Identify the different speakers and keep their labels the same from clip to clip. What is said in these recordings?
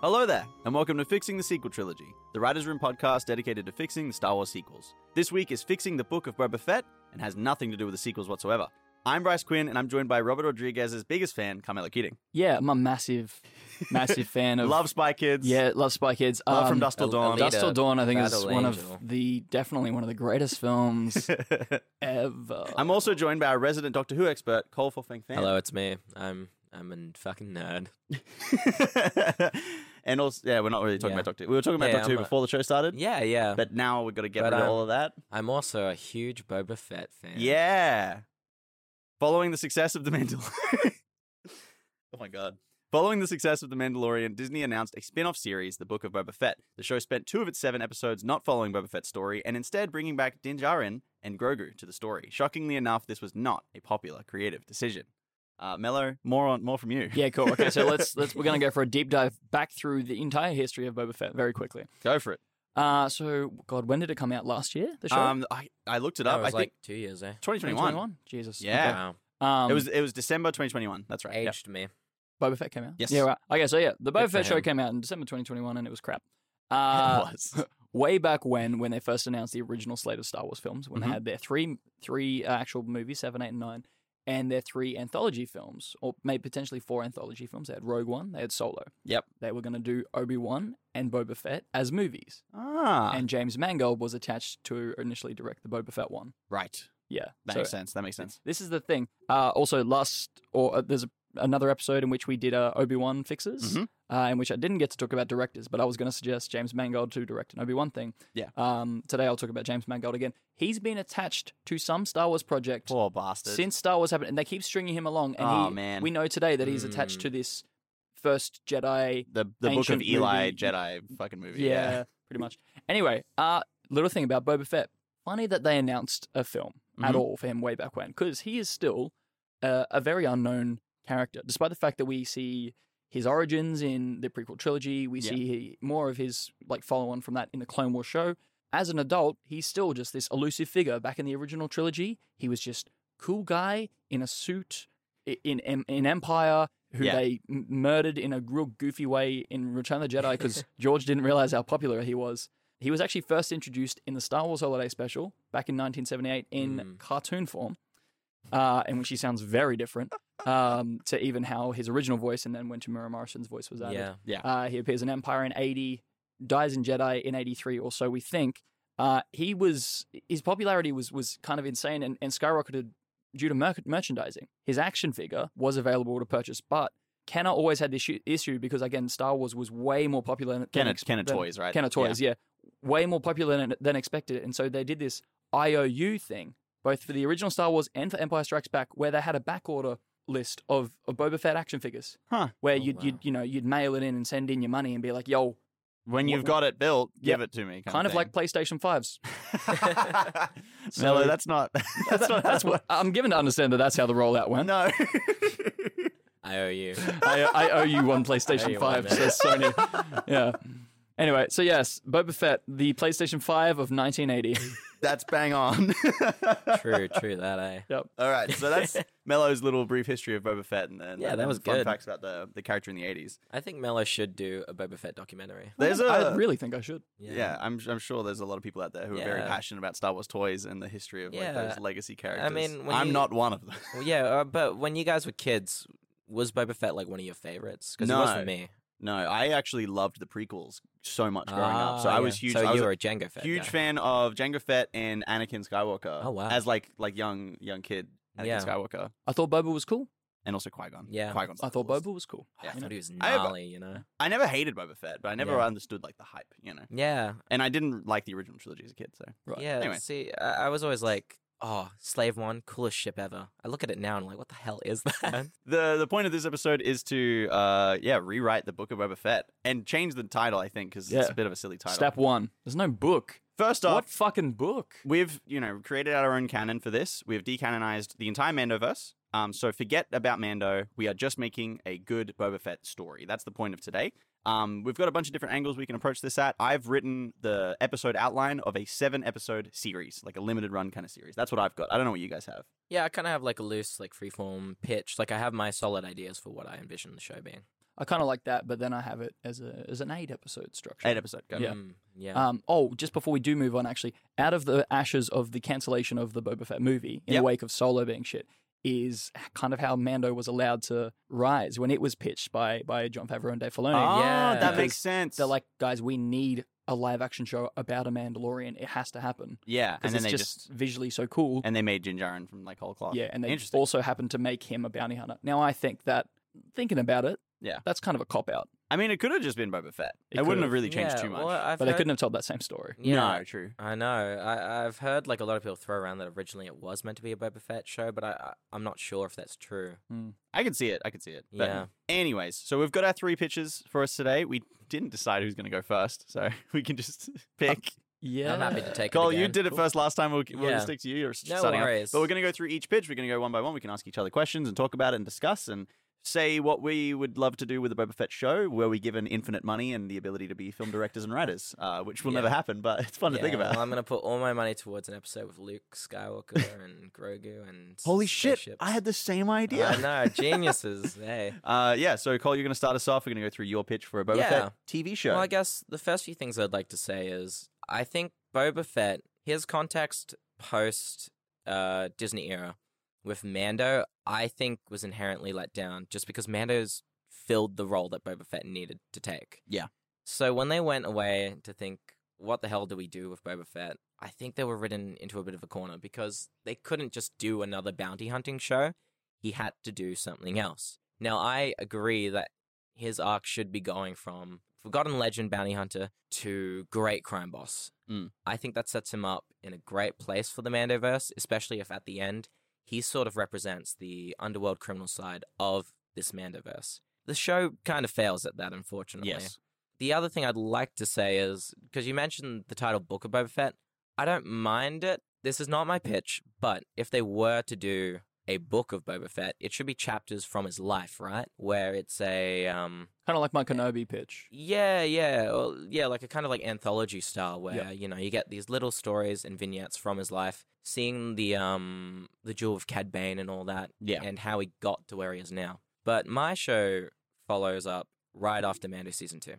Speaker 1: Hello there, and welcome to Fixing the Sequel Trilogy, the Writer's Room podcast dedicated to fixing the Star Wars sequels. This week is Fixing the Book of Boba Fett and has nothing to do with the sequels whatsoever. I'm Bryce Quinn, and I'm joined by Robert Rodriguez's biggest fan, Carmelo Keating.
Speaker 2: Yeah, I'm a massive, massive fan of.
Speaker 1: Love Spy Kids.
Speaker 2: Yeah, love Spy Kids.
Speaker 1: Love
Speaker 2: Um,
Speaker 1: from Dust Till
Speaker 3: a-
Speaker 1: Dawn.
Speaker 3: Elite.
Speaker 2: Dust Till Dawn, I think, is
Speaker 3: Battle
Speaker 2: one
Speaker 3: Angel.
Speaker 2: of the definitely one of the greatest films ever.
Speaker 1: I'm also joined by our resident Doctor Who expert, Cole Forfang Fan.
Speaker 3: Hello, it's me. I'm I'm a fucking nerd.
Speaker 1: and also, yeah, we're not really talking
Speaker 3: Yeah.
Speaker 1: about Doctor Who. We were talking about
Speaker 3: Yeah,
Speaker 1: Doctor Who
Speaker 3: I'm a-
Speaker 1: before the show started,
Speaker 3: Yeah, yeah.
Speaker 1: but now we've got to get
Speaker 3: But,
Speaker 1: rid of
Speaker 3: um,
Speaker 1: all of that.
Speaker 3: I'm also a huge Boba Fett fan.
Speaker 1: Yeah. Following the success of The Mandalorian. oh my God. Following the success of The Mandalorian, Disney announced a spin off series, The Book of Boba Fett. The show spent two of its seven episodes not following Boba Fett's story and instead bringing back Din Djarin and Grogu to the story. Shockingly enough, this was not a popular creative decision. Uh, Mello, more on more from you.
Speaker 2: yeah, cool. Okay, so let's let's we're gonna go for a deep dive back through the entire history of Boba Fett very quickly.
Speaker 1: Go for it.
Speaker 2: Uh, so God, when did it come out last year? The show.
Speaker 1: Um, I, I looked it
Speaker 3: That
Speaker 1: up.
Speaker 3: was
Speaker 1: I
Speaker 3: like
Speaker 1: think
Speaker 3: two years, eh?
Speaker 1: 2021.
Speaker 2: Jesus.
Speaker 1: Yeah.
Speaker 3: Wow.
Speaker 2: Okay. Um,
Speaker 1: It was it was December 2021. That's right. Yep.
Speaker 3: Aged me.
Speaker 2: Boba Fett came out.
Speaker 1: Yes.
Speaker 2: Yeah. Right. Okay. So yeah, the Boba
Speaker 3: Good for
Speaker 2: Fett show
Speaker 3: him.
Speaker 2: came out in December 2021, and it was crap.
Speaker 1: it
Speaker 2: Uh,
Speaker 1: was.
Speaker 2: way back when when they first announced the original slate of Star Wars films, when
Speaker 1: Mhm.
Speaker 2: they had their three three uh, actual movies, seven, eight, and nine, and their three anthology films, or maybe potentially four anthology films. They had Rogue One, they had Solo.
Speaker 1: Yep.
Speaker 2: They were going to do Obi Wan and Boba Fett as movies,
Speaker 1: ah,
Speaker 2: and James Mangold was attached to initially direct the Boba Fett one.
Speaker 1: right.
Speaker 2: Yeah,
Speaker 1: That
Speaker 2: so
Speaker 1: makes sense. That makes sense.
Speaker 2: This is the thing. Uh, also, last or uh, there's a, another episode in which we did uh, Obi Wan fixes,
Speaker 1: Mhm.
Speaker 2: uh, in which I didn't get to talk about directors, but I was going to suggest James Mangold to direct an Obi Wan thing.
Speaker 1: Yeah.
Speaker 2: Um, today I'll talk about James Mangold again. He's been attached to some Star Wars project
Speaker 1: Poor bastard.
Speaker 2: since Star Wars happened, and they keep stringing him along. And
Speaker 1: Aw,
Speaker 2: he,
Speaker 1: man.
Speaker 2: we know today that he's attached
Speaker 3: Mm.
Speaker 2: to this first Jedi
Speaker 1: the the book of
Speaker 2: ancient
Speaker 1: Eli
Speaker 2: movie.
Speaker 1: Jedi fucking movie.
Speaker 2: yeah, pretty much. Anyway, uh, little thing about Boba Fett. Funny that they announced a film at
Speaker 1: Mhm.
Speaker 2: all for him way back when, because he is still uh, a very unknown character, despite the fact that we see his origins in the prequel trilogy. We
Speaker 1: Yeah.
Speaker 2: see he, more of his like follow on from that in the Clone Wars show. As an adult, he's still just this elusive figure. Back in the original trilogy, he was just cool guy in a suit i- in in, in Empire who
Speaker 1: Yeah.
Speaker 2: they m- murdered in a real goofy way in Return of the Jedi because George didn't realize how popular he was. He was actually first introduced in the Star Wars Holiday Special back in 1978 in
Speaker 3: Mm.
Speaker 2: cartoon form, uh, in which he sounds very different um, to even how his original voice and then when Tamura Morrison's voice was added.
Speaker 3: Yeah.
Speaker 2: Uh, he appears in Empire in 80, dies in Jedi in 83 or so, we think. Uh, he was his popularity was was kind of insane and, and skyrocketed due to mer- merchandising. His action figure was available to purchase, but Kenner always had this issue- issue because again, Star Wars was way more popular. Than
Speaker 1: Kenna,
Speaker 2: ex-
Speaker 1: Kenna
Speaker 2: than-
Speaker 1: toys, right?
Speaker 2: Kenner toys, yeah. way more popular than, than expected, and so they did this IOU thing, both for the original Star Wars and for Empire Strikes Back, where they had a back order list of, of Boba Fett action figures
Speaker 1: Huh.
Speaker 2: where
Speaker 3: Oh,
Speaker 2: you'd,
Speaker 3: wow.
Speaker 2: you'd you know you'd mail it in and send in your money and be like, "Yo,
Speaker 1: When you've got it built, give it to me.
Speaker 2: kind of like PlayStation 5s.
Speaker 1: like.
Speaker 2: So-
Speaker 1: Mello, that's not. That's not.
Speaker 2: that's what I'm given to understand that that's how the rollout went.
Speaker 1: No.
Speaker 3: I owe you.
Speaker 2: I, I owe you one
Speaker 3: Owe
Speaker 2: PlayStation
Speaker 3: you one,
Speaker 2: 5, says Sony. yeah. Anyway, so yes, Boba Fett, the PlayStation 5 of 1980.
Speaker 1: that's bang on.
Speaker 3: True, true that, eh?
Speaker 1: All right, so that's Mello's little brief history of Boba Fett, and then
Speaker 3: Yeah,
Speaker 1: and
Speaker 3: that
Speaker 1: then
Speaker 3: was
Speaker 1: fun
Speaker 3: good.
Speaker 1: facts about the the character in the eighties.
Speaker 3: I think Mello should do a Boba Fett documentary.
Speaker 1: There's
Speaker 2: I
Speaker 1: a
Speaker 2: really think I should.
Speaker 1: yeah. I'm I'm sure there's a lot of people out there who are very
Speaker 3: Yeah.
Speaker 1: passionate about Star Wars toys and the history of like,
Speaker 3: Yeah.
Speaker 1: those legacy characters.
Speaker 3: mean, when
Speaker 1: I'm
Speaker 3: you-
Speaker 1: not one of them.
Speaker 3: Well, yeah, uh, but when you guys were kids, was Boba Fett like one of your favorites? Because it was
Speaker 1: No.
Speaker 3: for me.
Speaker 1: No, I actually loved the prequels so much growing up. So I
Speaker 3: Ah, yeah.
Speaker 1: was huge.
Speaker 3: So
Speaker 1: I was
Speaker 3: you
Speaker 1: a
Speaker 3: were a Jango Fett.
Speaker 1: huge
Speaker 3: guy.
Speaker 1: fan of Jango Fett and Anakin Skywalker.
Speaker 3: Oh, wow.
Speaker 1: As like like young young kid Anakin
Speaker 3: Yeah.
Speaker 1: Skywalker
Speaker 2: I thought Boba was cool.
Speaker 1: and also Qui Gon.
Speaker 3: Yeah.
Speaker 1: Qui Gon's
Speaker 2: I thought Boba was cool.
Speaker 1: Yeah,
Speaker 2: You
Speaker 3: I
Speaker 2: know?
Speaker 3: thought he was
Speaker 1: I have a-
Speaker 3: gnarly, you know.
Speaker 1: I never hated Boba Fett, but I never
Speaker 3: Yeah.
Speaker 1: understood like the hype, you know.
Speaker 3: Yeah,
Speaker 1: And I didn't like the original trilogy as a kid, so
Speaker 2: Right.
Speaker 3: yeah.
Speaker 1: Anyway.
Speaker 3: See, I, I was always like, "Oh, Slave One, coolest ship ever." I look at it now and I'm like, "What the hell is that?"
Speaker 1: the the point of this episode is to uh yeah rewrite the book of Boba Fett and change the title I think because it's
Speaker 2: Yeah.
Speaker 1: a bit of a silly title.
Speaker 2: Step one. There's no book.
Speaker 1: First off,
Speaker 2: What fucking book?
Speaker 1: we've you know created our own canon for this. We've decanonized the entire Mandoverse. Um, so forget about Mando. We are just making a good Boba Fett story. That's the point of today. Um, we've got a bunch of different angles we can approach this at. I've written the episode outline of a seven episode series, like a limited run kind of series. That's what I've got. I don't know what you guys have.
Speaker 3: yeah, I kind of have like a loose, like freeform pitch. Like I have my solid ideas for what I envision the show being.
Speaker 2: I kind of like that, but then I have it as a as an eight episode structure.
Speaker 1: Eight episode. Go.
Speaker 2: Yeah.
Speaker 3: Mm,
Speaker 1: Uh,
Speaker 3: yeah.
Speaker 2: Um, oh, just before we do move on, actually, out of the ashes of the cancellation of the Boba Fett movie in
Speaker 1: Yep.
Speaker 2: the wake of Solo being shit is kind of how Mando was allowed to rise when it was pitched by by John Favreau and Dave Filoni.
Speaker 1: Ah,
Speaker 3: yeah.
Speaker 1: that
Speaker 2: Because
Speaker 1: makes sense.
Speaker 2: They're like, guys, we need a live action show about a Mandalorian. It has to happen
Speaker 1: yeah, and
Speaker 2: because
Speaker 1: then
Speaker 2: it's
Speaker 1: they
Speaker 2: just,
Speaker 1: just,
Speaker 2: visually so cool.
Speaker 1: and they made Jinjarin from like whole
Speaker 3: Oh,
Speaker 1: cloth.
Speaker 2: yeah, and they
Speaker 1: interesting.
Speaker 2: also happened to make him a bounty hunter. Now I think that thinking about it,
Speaker 1: Yeah.
Speaker 2: that's kind of a cop out.
Speaker 1: I mean, it could have just been Boba Fett. It,
Speaker 2: It
Speaker 1: wouldn't
Speaker 2: could've.
Speaker 1: have really changed
Speaker 3: Yeah,
Speaker 1: too much.
Speaker 3: well, I've
Speaker 2: But they
Speaker 3: heard-
Speaker 2: couldn't have told that same story.
Speaker 3: Yeah.
Speaker 1: No, true.
Speaker 3: I know. I, I've heard like a lot of people throw around that originally it was meant to be a Boba Fett show, but I, I I'm not sure if that's true.
Speaker 1: I can see it. I can see it. But
Speaker 3: Yeah.
Speaker 1: Anyways, so we've got our three pitches for us today. We didn't decide who's going to go first, so we can just pick.
Speaker 2: Yeah.
Speaker 3: I'm happy to take
Speaker 1: Cole,
Speaker 3: it.
Speaker 1: you
Speaker 3: again.
Speaker 1: did it first last time. We'll, we'll
Speaker 3: Yeah.
Speaker 1: stick to you. You're
Speaker 3: No
Speaker 1: starting off.
Speaker 3: worries.
Speaker 1: But we're going to go through each pitch. We're going to go one by one. We can ask each other questions and talk about it and discuss and say what we would love to do with a Boba Fett show, where we given infinite money and the ability to be film directors and writers, uh, which will
Speaker 3: Yeah.
Speaker 1: never happen, but it's fun to think
Speaker 3: Yeah,
Speaker 1: about.
Speaker 3: Well, I'm gonna put all my money towards an episode with Luke Skywalker and Grogu and
Speaker 1: Holy shit!
Speaker 3: spaceships.
Speaker 1: I had the same idea.
Speaker 3: I know Uh, geniuses. hey.
Speaker 1: Uh, yeah, so Cole, you're going to start us off. We're going to go through your pitch for a Boba
Speaker 3: Yeah.
Speaker 1: Fett TV show.
Speaker 3: Well, I guess the first few things I'd like to say is I think Boba Fett, his context post uh, Disney era with Mando, I think was inherently let down just because Mando's filled the role that Boba Fett needed to take.
Speaker 1: Yeah.
Speaker 3: So when they went away to think, what the hell do we do with Boba Fett? I think they were ridden into a bit of a corner because they couldn't just do another bounty hunting show. He had to do something else. Now, I agree that his arc should be going from forgotten legend bounty hunter to great crime boss.
Speaker 1: Mm.
Speaker 3: I think that sets him up in a great place for the Mandoverse, especially if at the end he sort of represents the underworld criminal side of this Mandoverse. The show kind of fails at that, unfortunately.
Speaker 1: yes.
Speaker 3: The other thing I'd like to say is because you mentioned the title Book of Boba Fett, I don't mind it. This is not my pitch, but if they were to do a book of Boba Fett, it should be chapters from his life, right? Where it's a um,
Speaker 2: Kind of like my Kenobi pitch.
Speaker 3: yeah, yeah, well, yeah, like a kind of like anthology style where
Speaker 2: Yeah.
Speaker 3: you know you get these little stories and vignettes from his life, seeing the um the jewel of Cad Bane and all that,
Speaker 1: Yeah.
Speaker 3: and how he got to where he is now. But my show follows up right after Mando season two.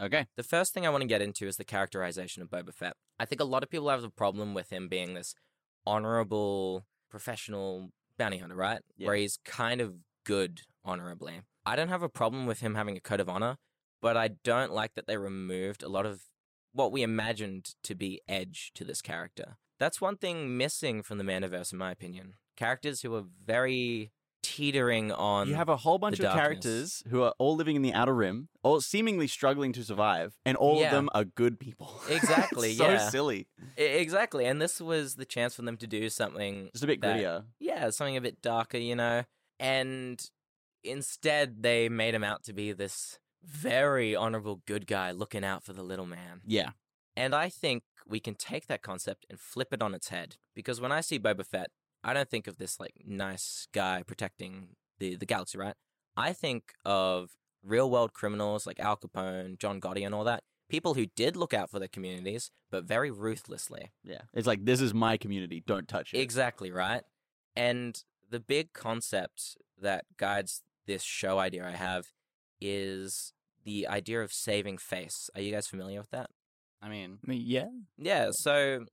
Speaker 1: Okay.
Speaker 3: The first thing I want to get into is the characterization of Boba Fett. I think a lot of people have a problem with him being this honorable, professional bounty hunter, right?
Speaker 1: Yeah.
Speaker 3: Where he's kind of good honorably. I don't have a problem with him having a code of honor, but I don't like that they removed a lot of what we imagined to be edge to this character. That's one thing missing from the Maniverse, in my opinion. Characters who are very teetering on.
Speaker 1: you have a whole bunch of
Speaker 3: the darkness.
Speaker 1: characters who are all living in the outer rim, all seemingly struggling to survive, and all of
Speaker 3: Yeah.
Speaker 1: them are good people.
Speaker 3: Exactly,
Speaker 1: so
Speaker 3: yeah.
Speaker 1: silly.
Speaker 3: E- exactly, and this was the chance for them to do something
Speaker 1: Just a bit
Speaker 3: That-
Speaker 1: grittier.
Speaker 3: yeah, something a bit darker, you know. And instead, they made him out to be this very honorable good guy looking out for the little man.
Speaker 1: Yeah.
Speaker 3: And I think we can take that concept and flip it on its head because when I see Boba Fett, I don't think of this like nice guy protecting the, the galaxy, right? I think of real world criminals like Al Capone, John Gotti, and all that. People who did look out for their communities, but very ruthlessly.
Speaker 1: Yeah. It's like, this is my community. Don't touch it.
Speaker 3: Exactly right. And the big concept that guides this show idea I have is the idea of saving face. Are you guys familiar with that?
Speaker 1: I mean,
Speaker 2: I mean, yeah.
Speaker 3: Yeah, so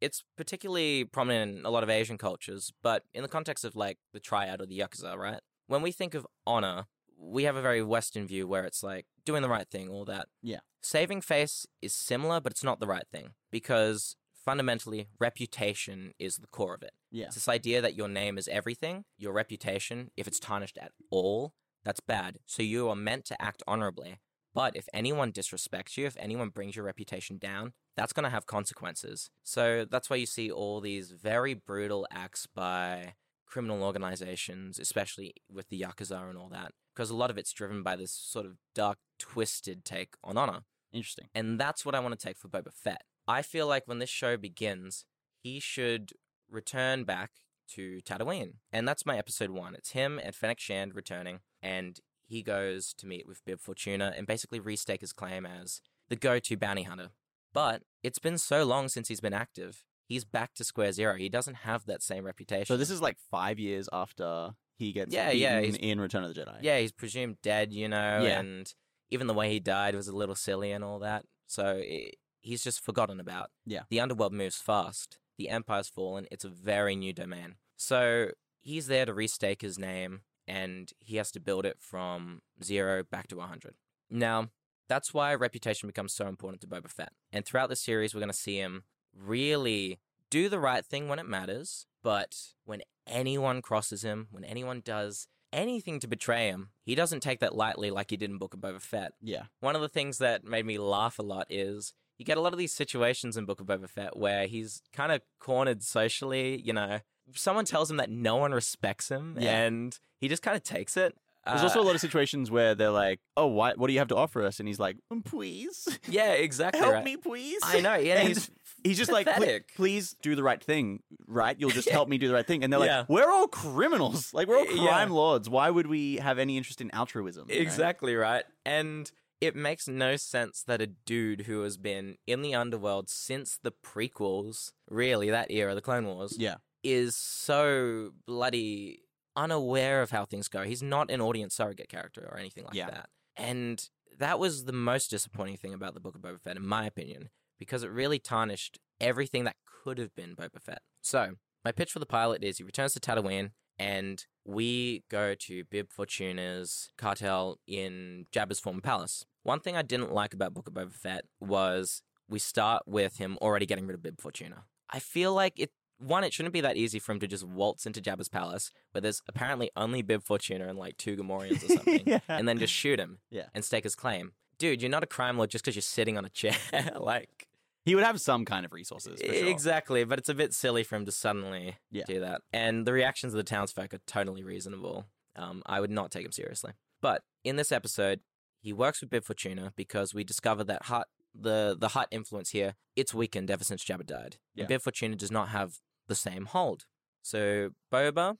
Speaker 3: it's particularly prominent in a lot of Asian cultures, but in the context of like the triad or the yakuza, right? When we think of honor, we have a very Western view where it's like doing the right thing, all that.
Speaker 1: Yeah.
Speaker 3: Saving face is similar, but it's not the right thing because fundamentally, reputation is the core of it.
Speaker 1: yeah.
Speaker 3: It's this idea that your name is everything, your reputation, if it's tarnished at all, that's bad. So you are meant to act honorably. But if anyone disrespects you, if anyone brings your reputation down, that's going to have consequences. So that's why you see all these very brutal acts by criminal organizations, especially with the Yakuza and all that, because a lot of it's driven by this sort of dark, twisted take on honor.
Speaker 1: Interesting.
Speaker 3: And that's what I want to take for Boba Fett. I feel like when this show begins, he should return back to Tatooine. And that's my episode one. It's him and Fennec Shand returning, and he goes to meet with Bib Fortuna and basically restake his claim as the go to bounty hunter. But it's been so long since he's been active. He's back to square zero. He doesn't have that same reputation.
Speaker 1: So this is like five years after he gets
Speaker 3: Yeah, yeah,
Speaker 1: beaten
Speaker 3: he's-
Speaker 1: in Return of the Jedi.
Speaker 3: Yeah, he's presumed dead, you know,
Speaker 1: Yeah.
Speaker 3: and even the way he died was a little silly and all that. So i he's just forgotten about.
Speaker 1: Yeah.
Speaker 3: The underworld moves fast. The empire's fallen. It's a very new domain. So he's there to restake his name and he has to build it from zero back to 100. Now, that's why reputation becomes so important to Boba Fett. And throughout the series, we're going to see him really do the right thing when it matters, but when anyone crosses him, when anyone does anything to betray him, he doesn't take that lightly like he did in Book of Boba Fett.
Speaker 1: Yeah.
Speaker 3: One of the things that made me laugh a lot is you get a lot of these situations in Book of Boba Fett where he's kind of cornered socially, you know. Someone tells him that no one respects him
Speaker 1: Yeah.
Speaker 3: and he just kind of takes it.
Speaker 1: There's
Speaker 3: Uh,
Speaker 1: also a lot of situations where they're like, "Oh, why, what do you have to offer us?" And he's like, "Um, "Please,
Speaker 3: Yeah, exactly.
Speaker 1: help
Speaker 3: right.
Speaker 1: me, please."
Speaker 3: I know. Yeah,
Speaker 1: And
Speaker 3: he's
Speaker 1: He's just like, "Pl-
Speaker 3: Pathetic.
Speaker 1: "Please do the right thing, right? You'll just
Speaker 3: Yeah.
Speaker 1: help me do the right thing." And they're like,
Speaker 3: Yeah. Eh,
Speaker 1: "We're all criminals. Like we're all
Speaker 3: Yeah.
Speaker 1: crime lords. Why would we have any interest in altruism?" you know?
Speaker 3: Exactly right. And it makes no sense that a dude who has been in the underworld since the prequels, really, that era, the Clone Wars,
Speaker 1: Yeah.
Speaker 3: is so bloody unaware of how things go. He's not an audience surrogate character or anything like
Speaker 1: Yeah.
Speaker 3: that. And that was the most disappointing thing about the Book of Boba Fett, in my opinion, because it really tarnished everything that could have been Boba Fett. So, my pitch for the pilot is he returns to Tatooine and we go to Bib Fortuna's cartel in Jabba's former palace. One thing I didn't like about Book of Boba Fett was we start with him already getting rid of Bib Fortuna. I feel like it one, it shouldn't be that easy for him to just waltz into Jabba's palace where there's apparently only Bib Fortuna and like two Gamorreans or something,
Speaker 1: Yeah.
Speaker 3: and then just shoot him
Speaker 1: Yeah.
Speaker 3: and stake his claim. Dude, you're not a crime lord just because you're sitting on a chair. like,
Speaker 1: he would have some kind of resources. For sure.
Speaker 3: E, Exactly, but it's a bit silly for him to suddenly
Speaker 1: Yeah.
Speaker 3: do that. And the reactions of the townsfolk are totally reasonable. Um, I would not take him seriously. But in this episode, he works with Bib Fortuna because we discover that hut, the the hut influence here, it's weakened ever since Jabba died.
Speaker 1: Yeah.
Speaker 3: And Bib Fortuna does not have the same hold. So Boba,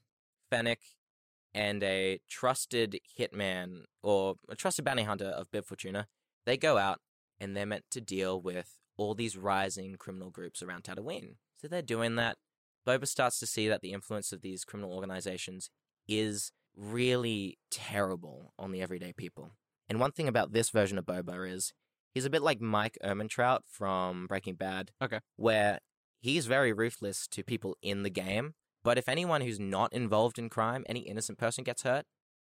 Speaker 3: Fennec, and a trusted hitman or a trusted bounty hunter of Bib Fortuna, they go out and they're meant to deal with all these rising criminal groups around Tatooine. So they're doing that. Boba starts to see that the influence of these criminal organizations is really terrible on the everyday people. And one thing about this version of Boba is he's a bit like Mike Ehrmantraut from Breaking Bad.
Speaker 1: Okay.
Speaker 3: Where he's very ruthless to people in the game. But if anyone who's not involved in crime, any innocent person gets hurt,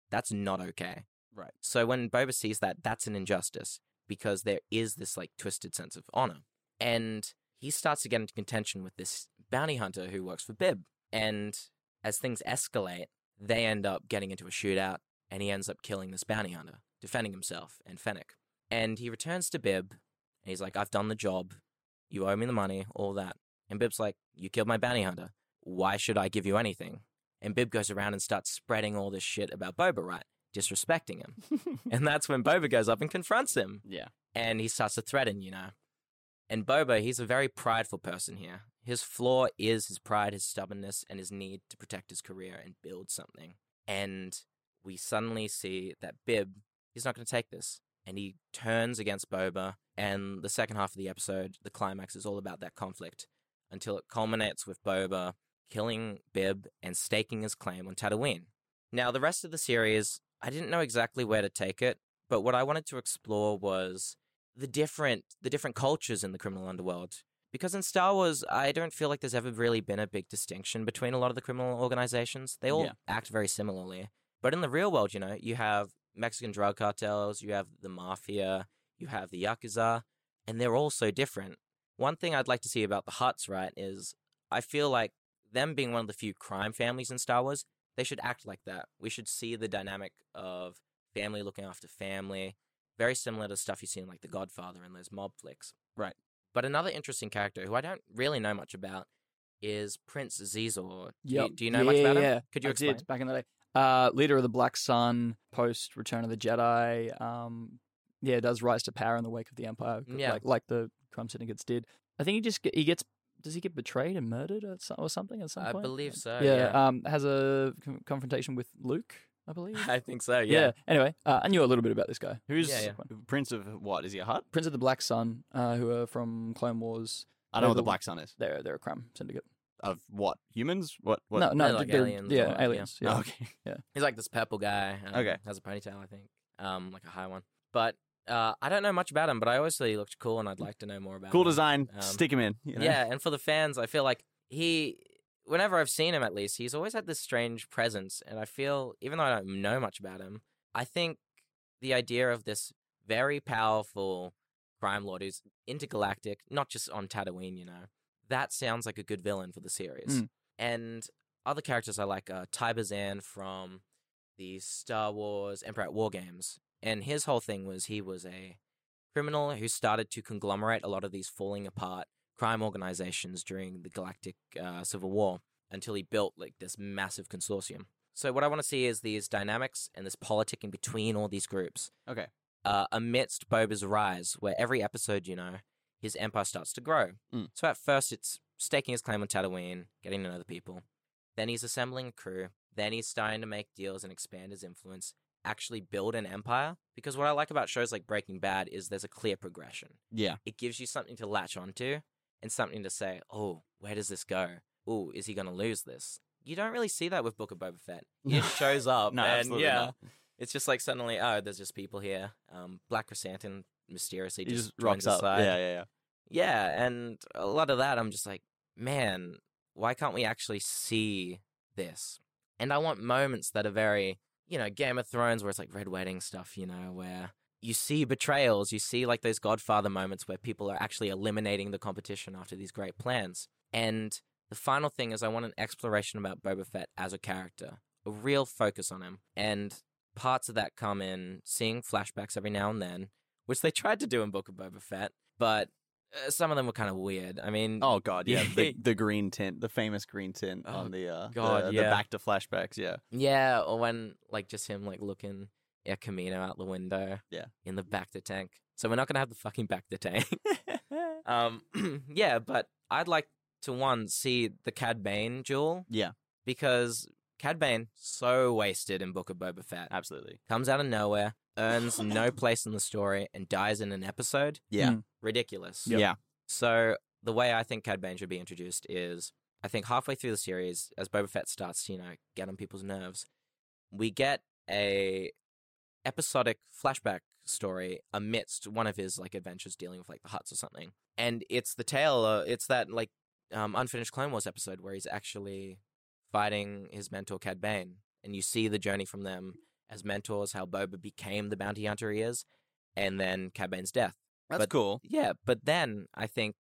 Speaker 3: that's not okay.
Speaker 1: Right.
Speaker 3: So when Boba sees that, that's an injustice because there is this like twisted sense of honor. And he starts to get into contention with this bounty hunter who works for Bib. And as things escalate, they end up getting into a shootout and he ends up killing this bounty hunter, defending himself and Fennec. And he returns to Bib and he's like, I've done the job. You owe me the money, all that. And Bib's like, You killed my bounty hunter. Why should I give you anything? And Bib goes around and starts spreading all this shit about Boba, right? Disrespecting him. And that's when Boba goes up and confronts him.
Speaker 1: Yeah.
Speaker 3: And he starts to threaten, you know. And Boba, he's a very prideful person here. His flaw is his pride, his stubbornness, and his need to protect his career and build something. And we suddenly see that Bib, he's not going to take this. And he turns against Boba. And the second half of the episode, the climax is all about that conflict until it culminates with Boba killing Bib and staking his claim on Tatooine. Now, the rest of the series, I didn't know exactly where to take it, but what I wanted to explore was the different the different cultures in the criminal underworld. Because in Star Wars, I don't feel like there's ever really been a big distinction between a lot of the criminal organizations. They all
Speaker 1: Yeah.
Speaker 3: act very similarly. But in the real world, you know, you have Mexican drug cartels, you have the mafia, you have the yakuza, and they're all so different. One thing I'd like to see about the Huts, right, is I feel like them being one of the few crime families in Star Wars, they should act like that. We should see the dynamic of family looking after family, very similar to stuff you see in like The Godfather and those mob flicks.
Speaker 1: Right.
Speaker 3: But another interesting character who I don't really know much about is Prince Zizor. Do, you,
Speaker 2: Yep.
Speaker 3: do you know
Speaker 2: Yeah,
Speaker 3: much about
Speaker 2: yeah,
Speaker 3: him?
Speaker 2: yeah.
Speaker 3: Could you
Speaker 2: I
Speaker 3: explain?
Speaker 2: did back in the day. Uh, leader of the Black Sun, post Return of the Jedi. Um, yeah, does rise to power in the wake of the Empire, g-
Speaker 3: Yeah.
Speaker 2: like like the crime syndicates did. I think he just get, he gets does he get betrayed and murdered or, so, or something at some
Speaker 3: I
Speaker 2: point?
Speaker 3: believe so.
Speaker 2: yeah, Um, has a con- confrontation with Luke, I believe.
Speaker 3: I think so.
Speaker 2: yeah.
Speaker 3: Yeah.
Speaker 2: Anyway, uh, I knew a little bit about this guy.
Speaker 1: Who's
Speaker 3: Yeah,
Speaker 1: Prince of what? Is he a hut?
Speaker 2: Prince of the Black Sun, uh, who are from Clone Wars.
Speaker 1: I don't know what
Speaker 2: They're
Speaker 1: the
Speaker 2: the-
Speaker 1: Black Sun is.
Speaker 2: They're they're a crime syndicate.
Speaker 1: of what humans? What? what?
Speaker 2: No, no,
Speaker 3: No, like
Speaker 2: they're-
Speaker 3: aliens or
Speaker 2: yeah,
Speaker 3: like-
Speaker 2: aliens. Yeah.
Speaker 1: Oh, okay.
Speaker 3: He's like this purple guy. um,
Speaker 1: Okay.
Speaker 3: Has a ponytail, I think. Um, like a high one. But uh, I don't know much about him, but I obviously he looked cool, and I'd like to know more about.
Speaker 1: Cool
Speaker 3: him.
Speaker 1: design.
Speaker 3: Um,
Speaker 1: Stick him in. you know?
Speaker 3: Yeah, and for the fans, I feel like he, whenever I've seen him, at least he's always had this strange presence, and I feel even though I don't know much about him, I think the idea of this very powerful crime lord who's intergalactic, not just on Tatooine, you know, that sounds like a good villain for the series.
Speaker 2: Mm.
Speaker 3: And other characters I like uh, Ty Bazan from the Star Wars Empire at War games, and his whole thing was he was a criminal who started to conglomerate a lot of these falling apart crime organizations during the Galactic uh, Civil War until he built like this massive consortium. So what I want to see is these dynamics and this politicking between all these groups.
Speaker 1: Okay.
Speaker 3: Uh, amidst Boba's rise, where every episode, you know, his empire starts to grow.
Speaker 1: Mm.
Speaker 3: So at first, it's staking his claim on Tatooine, getting to know the people. Then he's assembling a crew. Then he's starting to make deals and expand his influence. Actually, build an empire. Because what I like about shows like Breaking Bad is there's a clear progression
Speaker 1: Yeah.
Speaker 3: it gives you something to latch onto and something to say, oh, where does this go? Oh, is he going to lose this? You don't really see that with Book of Boba Fett. He just shows up,
Speaker 1: No,
Speaker 3: and
Speaker 1: absolutely
Speaker 3: yeah,
Speaker 1: not.
Speaker 3: it's just like suddenly, oh, there's just people here. Um, Black Chrysanthemum mysteriously
Speaker 1: He just rocks
Speaker 3: joins the
Speaker 1: up.
Speaker 3: side.
Speaker 1: Yeah, yeah, yeah.
Speaker 3: Yeah, and a lot of that, I'm just like, man, why can't we actually see this? And I want moments that are very, you know, Game of Thrones, where it's like Red Wedding stuff, you know, where you see betrayals, you see like those Godfather moments where people are actually eliminating the competition after these great plans. And the final thing is, I want an exploration about Boba Fett as a character, a real focus on him. And parts of that come in seeing flashbacks every now and then, which they tried to do in Book of Boba Fett, but uh, some of them were kind of weird. I mean,
Speaker 1: Oh god, yeah. the,
Speaker 3: Yeah.
Speaker 1: the green tint, the famous green tint
Speaker 3: Oh,
Speaker 1: on the uh,
Speaker 3: God,
Speaker 1: the, the
Speaker 3: yeah.
Speaker 1: back to flashbacks. Yeah.
Speaker 3: yeah, or when like just him like looking at Camino out the window,
Speaker 1: Yeah.
Speaker 3: in the back to tank. So we're not gonna have the fucking back to tank. um, yeah, but I'd like to one see the Cad Bane jewel.
Speaker 1: Yeah.
Speaker 3: because Cad Bane so wasted in Book of Boba Fett.
Speaker 1: Absolutely.
Speaker 3: comes out of nowhere, earns no place in the story, and dies in an episode.
Speaker 1: Yeah.
Speaker 2: Mm.
Speaker 3: Ridiculous.
Speaker 1: Yeah.
Speaker 3: So the way I think Cad Bane should be introduced is, I think halfway through the series, as Boba Fett starts to you know get on people's nerves, we get a episodic flashback story amidst one of his like adventures dealing with like the huts or something, and it's the tale. Uh, it's that like um, unfinished Clone Wars episode where he's actually fighting his mentor Cad Bane, and you see the journey from them as mentors, how Boba became the bounty hunter he is, and then Cad Bane's death.
Speaker 1: That's
Speaker 3: But-
Speaker 1: cool.
Speaker 3: Yeah, but then I think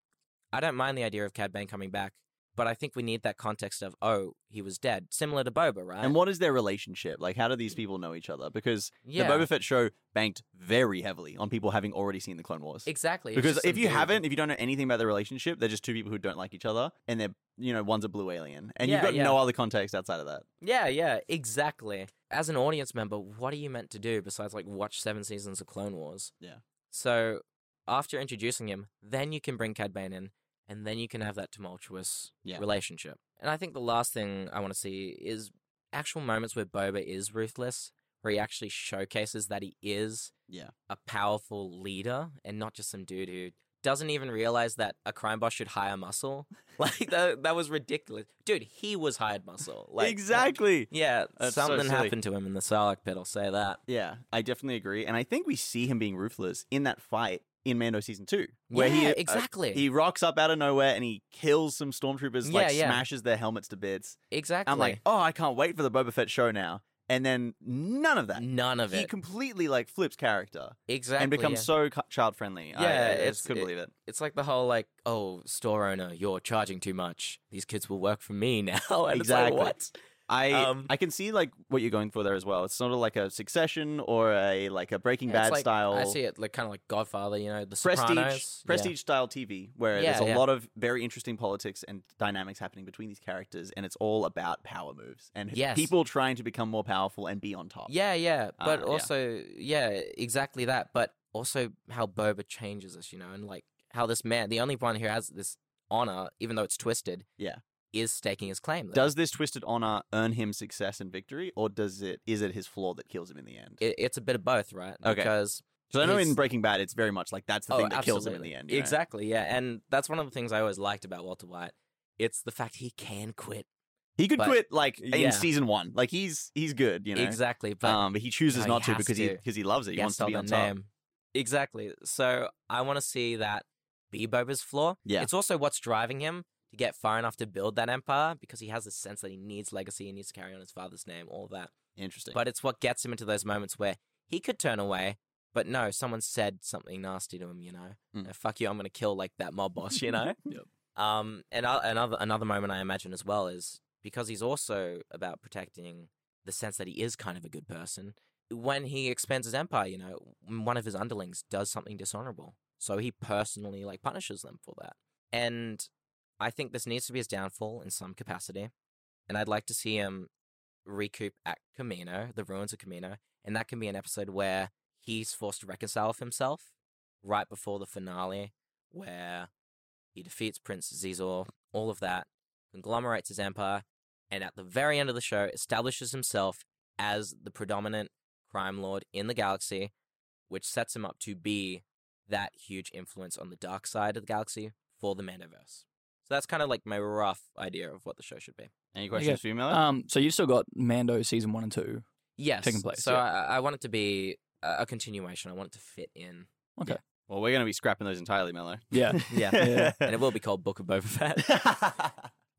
Speaker 3: I don't mind the idea of Cad Bane coming back, but I think we need that context of oh, he was dead, similar to Boba, right?
Speaker 1: And what is their relationship? Like how do these people know each other? Because
Speaker 3: yeah,
Speaker 1: the Boba Fett show banked very heavily on people having already seen the Clone Wars.
Speaker 3: exactly. it's
Speaker 1: because
Speaker 3: just
Speaker 1: if
Speaker 3: some
Speaker 1: you
Speaker 3: dude.
Speaker 1: haven't, if you don't know anything about their relationship, they're just two people who don't like each other, and they're you know one's a blue alien, and you've
Speaker 3: Yeah,
Speaker 1: got
Speaker 3: yeah.
Speaker 1: no other context outside of that.
Speaker 3: yeah, yeah, exactly. As an audience member, what are you meant to do besides like watch seven seasons of Clone Wars?
Speaker 1: Yeah.
Speaker 3: So after introducing him, then you can bring Cad Bane in, and then you can have that tumultuous
Speaker 1: Yeah.
Speaker 3: relationship. And I think the last thing I want to see is actual moments where Boba is ruthless, where he actually showcases that he is
Speaker 1: Yeah.
Speaker 3: a powerful leader and not just some dude who doesn't even realize that a crime boss should hire muscle. Like that, that was ridiculous. Dude, he was hired muscle. Like
Speaker 1: exactly.
Speaker 3: Yeah,
Speaker 1: That's so
Speaker 3: something
Speaker 1: silly.
Speaker 3: happened to him in the Sarlacc pit, I'll say that.
Speaker 1: Yeah, I definitely agree, and I think we see him being ruthless in that fight in Mando season two, where
Speaker 3: yeah,
Speaker 1: he uh,
Speaker 3: exactly.
Speaker 1: he rocks up out of nowhere and he kills some stormtroopers,
Speaker 3: Yeah,
Speaker 1: like
Speaker 3: yeah.
Speaker 1: smashes their helmets to bits.
Speaker 3: exactly.
Speaker 1: I'm like, oh, I can't wait for the Boba Fett show now. And then none of that.
Speaker 3: none of
Speaker 1: He
Speaker 3: it.
Speaker 1: completely like flips character
Speaker 3: exactly.
Speaker 1: and becomes
Speaker 3: yeah.
Speaker 1: so child friendly. I,
Speaker 3: Yeah,
Speaker 1: I
Speaker 3: it's-
Speaker 1: just couldn't
Speaker 3: it-
Speaker 1: believe it.
Speaker 3: it's like the whole like, oh, store owner, you're charging too much. These kids will work for me now. And
Speaker 1: Exactly.
Speaker 3: It's like,
Speaker 1: I
Speaker 3: Um,
Speaker 1: I can see like what you're going for there as well. It's sort of like a Succession or a like a Breaking
Speaker 3: what? It's
Speaker 1: Bad
Speaker 3: like-
Speaker 1: style,
Speaker 3: I see it like kind of like Godfather, you know, the
Speaker 1: prestige
Speaker 3: Sopranos.
Speaker 1: prestige style TV where
Speaker 3: Yeah,
Speaker 1: there's a
Speaker 3: yeah.
Speaker 1: lot of very interesting politics and dynamics happening between these characters, and it's all about power moves and h-
Speaker 3: Yes.
Speaker 1: people trying to become more powerful and be on top.
Speaker 3: Yeah, yeah, but
Speaker 1: Uh, yeah.
Speaker 3: also yeah. exactly that. But also how Boba changes us, you know, and like how this man, the only one who has this honor, even though it's twisted,
Speaker 1: Yeah.
Speaker 3: is staking his claim. Though.
Speaker 1: Does this twisted honor earn him success and victory, or does it is it his flaw that kills him in the end?
Speaker 3: it, it's a bit of both, right?
Speaker 1: Okay.
Speaker 3: Because
Speaker 1: Because I know in
Speaker 3: his-
Speaker 1: Breaking Bad, it's very much like that's the
Speaker 3: oh,
Speaker 1: thing that kills him in
Speaker 3: absolutely.
Speaker 1: the end. you know?
Speaker 3: Exactly, yeah, and that's one of the things I always liked about Walter White It's the fact he can quit.
Speaker 1: He could
Speaker 3: But-
Speaker 1: quit like
Speaker 3: Yeah.
Speaker 1: in season one. Like he's he's good, you know.
Speaker 3: Exactly. But
Speaker 1: um, but he chooses
Speaker 3: No, he
Speaker 1: not to
Speaker 3: has
Speaker 1: because he
Speaker 3: to.
Speaker 1: because he loves it. He
Speaker 3: yes,
Speaker 1: wants to be
Speaker 3: the
Speaker 1: on top.
Speaker 3: name. Exactly. So I want to see that be Boba's flaw.
Speaker 1: Yeah.
Speaker 3: It's also what's driving him to get far enough to build that empire because he has this sense that he needs legacy, he needs to carry on his father's name, all that.
Speaker 1: Interesting.
Speaker 3: But it's what gets him into those moments where he could turn away, but no, someone said something nasty to him, you know.
Speaker 1: Mm.
Speaker 3: "Uh, Fuck you, I'm gonna kill like that mob boss, you know.
Speaker 1: Yep.
Speaker 3: Um, and o- another another moment I imagine as well is because he's also about protecting the sense that he is kind of a good person. When he expands his empire, you know, m- one of his underlings does something dishonorable, so he personally like punishes them for that. And I think this needs to be his downfall in some capacity. And I'd like to see him recoup at Camino, the ruins of Camino, and that can be an episode where he's forced to reconcile with himself right before the finale, where he defeats Prince Zizor, all of that, conglomerates his empire, and at the very end of the show, establishes himself as the predominant crime lord in the galaxy, which sets him up to be that huge influence on the dark side of the galaxy for the Mandoverse. So that's kind of like my rough idea of what the show should be.
Speaker 1: Any questions for you, Miller?
Speaker 3: Uh,
Speaker 2: Um, so you've still got Mando season one and two.
Speaker 3: Yes.
Speaker 2: taking place,
Speaker 3: So
Speaker 2: yeah.
Speaker 3: I, I want it to be a a continuation. I want it to fit in.
Speaker 1: well, we're going to be scrapping those entirely, Mello.
Speaker 2: Yeah.
Speaker 3: Yeah. and it will be called Book of Boba Fett.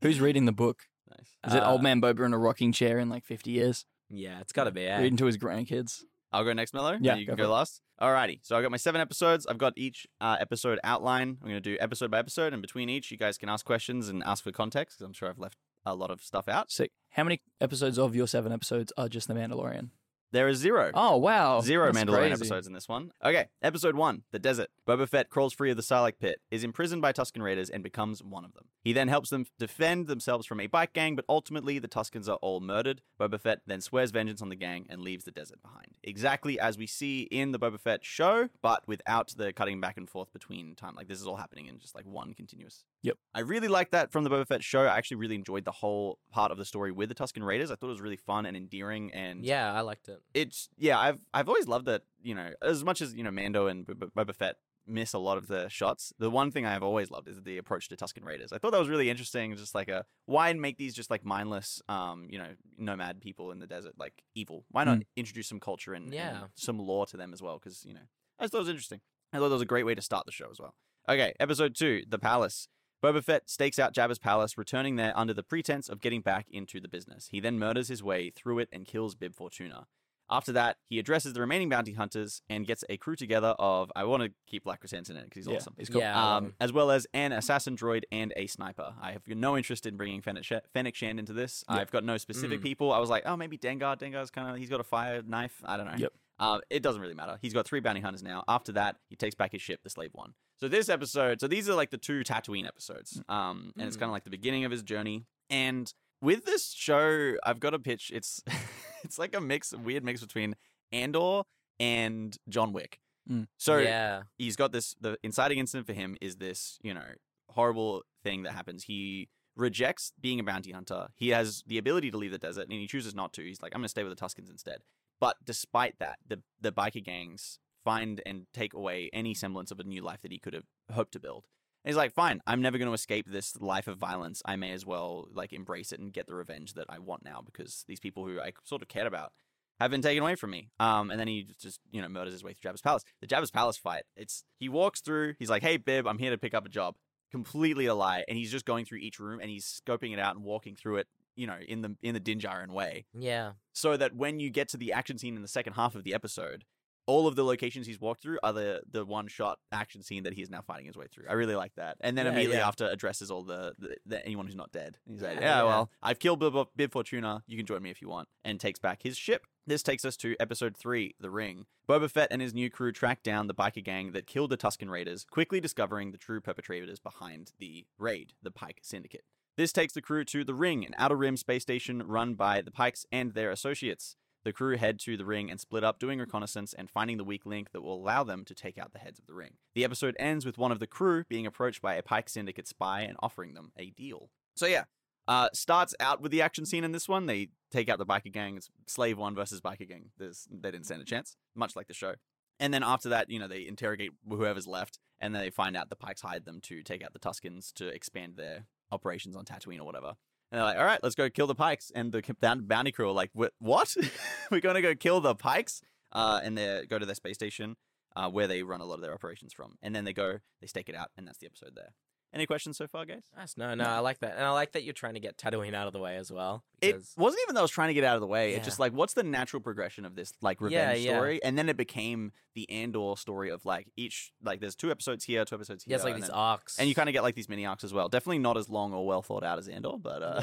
Speaker 2: Who's reading the book?
Speaker 1: nice.
Speaker 2: Is it
Speaker 3: Uh,
Speaker 2: old man Boba in a rocking chair in like 50 years?
Speaker 3: yeah, it's got to be. eh?
Speaker 2: Reading to his grandkids.
Speaker 1: I'll go next, Mello. and
Speaker 2: Yeah,
Speaker 1: you can go,
Speaker 2: go for it.
Speaker 1: last. Alrighty. So I've got my seven episodes. I've got each uh, episode outline. I'm going to do episode by episode, and between each, you guys can ask questions and ask for context. Because I'm sure I've left a lot of stuff out.
Speaker 2: Sick. How many episodes of your seven episodes are just The Mandalorian?
Speaker 1: There is zero.
Speaker 2: Oh, wow.
Speaker 1: Zero
Speaker 2: That's
Speaker 1: Mandalorian
Speaker 2: crazy.
Speaker 1: episodes in this one. Okay, episode one, the desert. Boba Fett crawls free of the Sarlacc pit, is imprisoned by Tusken Raiders, and becomes one of them. He then helps them defend themselves from a bike gang, but ultimately the Tuskens are all murdered. Boba Fett then swears vengeance on the gang and leaves the desert behind. Exactly as we see in the Boba Fett show, but without the cutting back and forth between time. Like this is all happening in just like one continuous.
Speaker 2: Yep.
Speaker 1: I really liked that from the Boba Fett show. I actually really enjoyed the whole part of the story with the Tusken Raiders. I thought it was really fun and endearing and
Speaker 3: Yeah, I liked it.
Speaker 1: it's yeah, I've I've always loved that. You know, as much as you know, Mando and B- B- Boba Fett miss a lot of the shots. The one thing I have always loved is the approach to Tuscan Raiders. I thought that was really interesting. Just like a why make these just like mindless, um, you know, nomad people in the desert like evil? Why not introduce some culture and, and
Speaker 3: Yeah.
Speaker 1: some lore to them as well? Because you know, I just thought it was interesting. I thought that was a great way to start the show as well. Okay, episode two, the palace. Boba Fett stakes out Jabba's palace, returning there under the pretense of getting back into the business. He then murders his way through it and kills Bib Fortuna. After that, he addresses the remaining bounty hunters and gets a crew together of I want to keep Black Chrysanthemum in it because he's
Speaker 2: Yeah,
Speaker 1: awesome.
Speaker 2: he's cool.
Speaker 3: Yeah, I love
Speaker 1: Um,
Speaker 3: him.
Speaker 1: as well as an assassin droid and a sniper. I have no interest in bringing Fennec, Sh- Fennec Shand into this.
Speaker 2: Yeah.
Speaker 1: I've got no specific
Speaker 3: Mm.
Speaker 1: people. I was like, oh, maybe Dengar. Dengar's kind of he's got a fire knife. I don't know.
Speaker 2: Yep.
Speaker 1: Um, it doesn't really matter. He's got three bounty hunters now. After that, he takes back his ship, the Slave One. So this episode, so these are like the two Tatooine episodes, um, and it's
Speaker 3: Mm.
Speaker 1: kind of like the beginning of his journey. And with this show, I've got a pitch. It's it's like a mix, a weird mix between Andor and John Wick.
Speaker 2: Mm.
Speaker 1: So
Speaker 3: yeah,
Speaker 1: he's got this the inciting incident for him is this you know horrible thing that happens he rejects being a bounty hunter he has the ability to leave the desert and he chooses not to he's like i'm going to stay with the tuskens instead but despite that the the biker gangs find and take away any semblance of a new life that he could have hoped to build and he's like fine i'm never going to escape this life of violence i may as well like embrace it and get the revenge that i want now because these people who i sort of cared about have been taken away from me. Um, and then he just- just you know murders his way through Jabba's palace. The Jabba's palace fight. It's he walks through. He's like, "Hey, Bib, I'm here to pick up a job." Completely a lie, and he's just going through each room and he's scoping it out and walking through it. You know, in the in the Dinjarin way,
Speaker 3: yeah,
Speaker 1: so that when you get to the action scene in the second half of the episode, all of the locations he's walked through are the the one shot action scene that he is now fighting his way through. I really like that. And then
Speaker 3: Yeah,
Speaker 1: immediately
Speaker 3: yeah.
Speaker 1: after addresses all the, the, the anyone who's not dead. He's like,
Speaker 3: Yeah,
Speaker 1: yeah,
Speaker 3: yeah.
Speaker 1: well, I've killed Bib, Bib Fortuna. You can join me if you want. And takes back his ship. This takes us to episode three, The Ring. Boba Fett and his new crew track down the biker gang that killed the Tusken Raiders, quickly discovering the true perpetrators behind the raid, the Pike Syndicate. This takes the crew to the Ring, an outer rim space station run by the Pikes and their associates. The crew head to the ring and split up, doing reconnaissance and finding the weak link that will allow them to take out the heads of the ring. The episode ends with one of the crew being approached by a Pike Syndicate spy and offering them a deal. So, yeah, uh, starts out with the action scene in this one. They take out the biker gang. It's Slave One versus biker gang. There's, they didn't stand a chance, much like the show. And then after that, you know, they interrogate whoever's left and they find out the Pikes hired them to take out the Tuskens to expand their operations on Tatooine or whatever. And they're like, all right, let's go kill the Pikes. And the ca- boun- bounty crew are like, "Wha- what? We're going to go kill the Pikes? Uh, and they go to their space station uh, where they run a lot of their operations from. And then they go, they stake it out, and that's the episode there. Any questions so far, guys?
Speaker 3: Nice. No, no, I like that, and I like that you're trying to get Tatooine out of the way as well.
Speaker 1: It
Speaker 3: because-
Speaker 1: wasn't even that I was trying to get out of the way.
Speaker 3: Yeah.
Speaker 1: It's just like, what's the natural progression of this like
Speaker 3: Yeah,
Speaker 1: revenge
Speaker 3: yeah.
Speaker 1: story? And then it became the Andor story of like each like there's two episodes here, two episodes here,
Speaker 3: yeah, it's like
Speaker 1: and,
Speaker 3: these
Speaker 1: then-
Speaker 3: arcs,
Speaker 1: and you kind of get like these mini arcs as well. Definitely not as long or well thought out as Andor, but uh,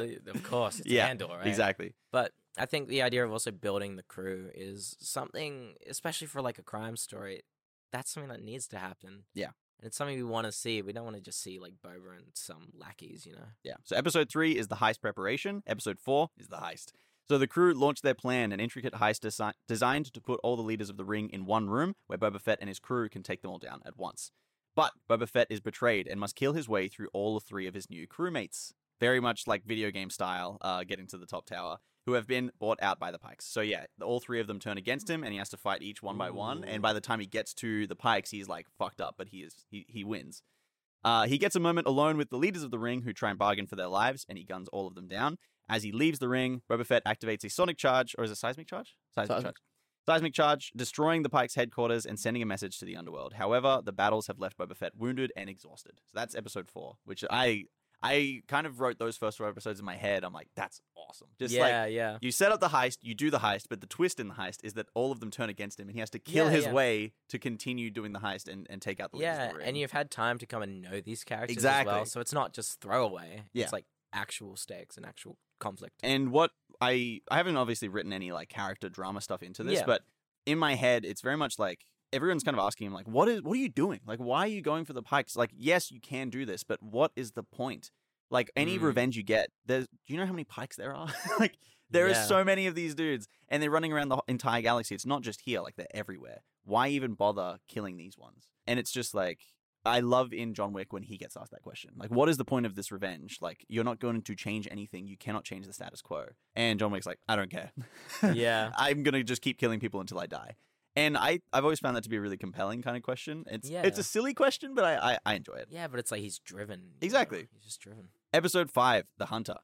Speaker 3: yeah, of course, it's
Speaker 1: Yeah,
Speaker 3: Andor, right?
Speaker 1: exactly.
Speaker 3: But I think the idea of also building the crew is something, especially for like a crime story, that's something that needs to happen.
Speaker 1: Yeah.
Speaker 3: And it's something we want to see. We don't want to just see like Boba and some lackeys, you know.
Speaker 1: Yeah. So episode three is the heist preparation. Episode four is the heist. So the crew launched their plan, an intricate heist desi- designed to put all the leaders of the ring in one room where Boba Fett and his crew can take them all down at once. But Boba Fett is betrayed and must kill his way through all three of his new crewmates. Very much like video game style, uh, getting to the top tower, who have been bought out by the Pikes. So yeah, all three of them turn against him, and he has to fight each one by one.
Speaker 3: Ooh.
Speaker 1: And by the time he gets to the Pikes, he's like fucked up, but he is he, he wins. Uh, he gets a moment alone with the leaders of the ring who try and bargain for their lives, and he guns all of them down. As he leaves the ring, Boba Fett activates a sonic charge, or is it seismic charge?
Speaker 2: Seismic.
Speaker 1: charge. Seismic charge, destroying the Pike's headquarters and sending a message to the underworld. However, the battles have left Boba Fett wounded and exhausted. So that's episode four, which I I kind of wrote those first four episodes in my head. I'm like, that's awesome. Just
Speaker 3: yeah,
Speaker 1: like
Speaker 3: yeah.
Speaker 1: you set up the heist, you do the heist, but the twist in the heist is that all of them turn against him, and he has to kill
Speaker 3: Yeah,
Speaker 1: his
Speaker 3: yeah.
Speaker 1: way to continue doing the heist and, and take out the leaders
Speaker 3: Yeah,
Speaker 1: of the ring.
Speaker 3: and you've had time to come and know these characters as well.
Speaker 1: Exactly.
Speaker 3: So it's not just throwaway.
Speaker 1: Yeah.
Speaker 3: It's like actual stakes and actual conflict.
Speaker 1: And what I I haven't obviously written any like character drama stuff into this,
Speaker 3: Yeah.
Speaker 1: but in my head, it's very much like everyone's kind of asking him like, what is what are you doing? Like, why are you going for the pikes? Like, yes, you can do this, but what is the point? Like any
Speaker 3: Mm.
Speaker 1: revenge you get, there's do you know how many pikes there are? like there is
Speaker 3: Yeah.
Speaker 1: so many of these dudes, and they're running around the wh- entire galaxy. It's not just here; like they're everywhere. Why even bother killing these ones? And it's just like I love in John Wick when he gets asked that question, like, "What is the point of this revenge? Like, you're not going to change anything. You cannot change the status quo." And John Wick's like, "I don't care.
Speaker 3: yeah.
Speaker 1: I'm gonna just keep killing people until I die." And I, I've always found that to be a really compelling kind of question. It's, it's
Speaker 3: Yeah.
Speaker 1: a silly question, but I, I, I enjoy it.
Speaker 3: Yeah, but it's like he's driven. you know,
Speaker 1: Exactly.
Speaker 3: He's just driven.
Speaker 1: Episode 5 The Hunter.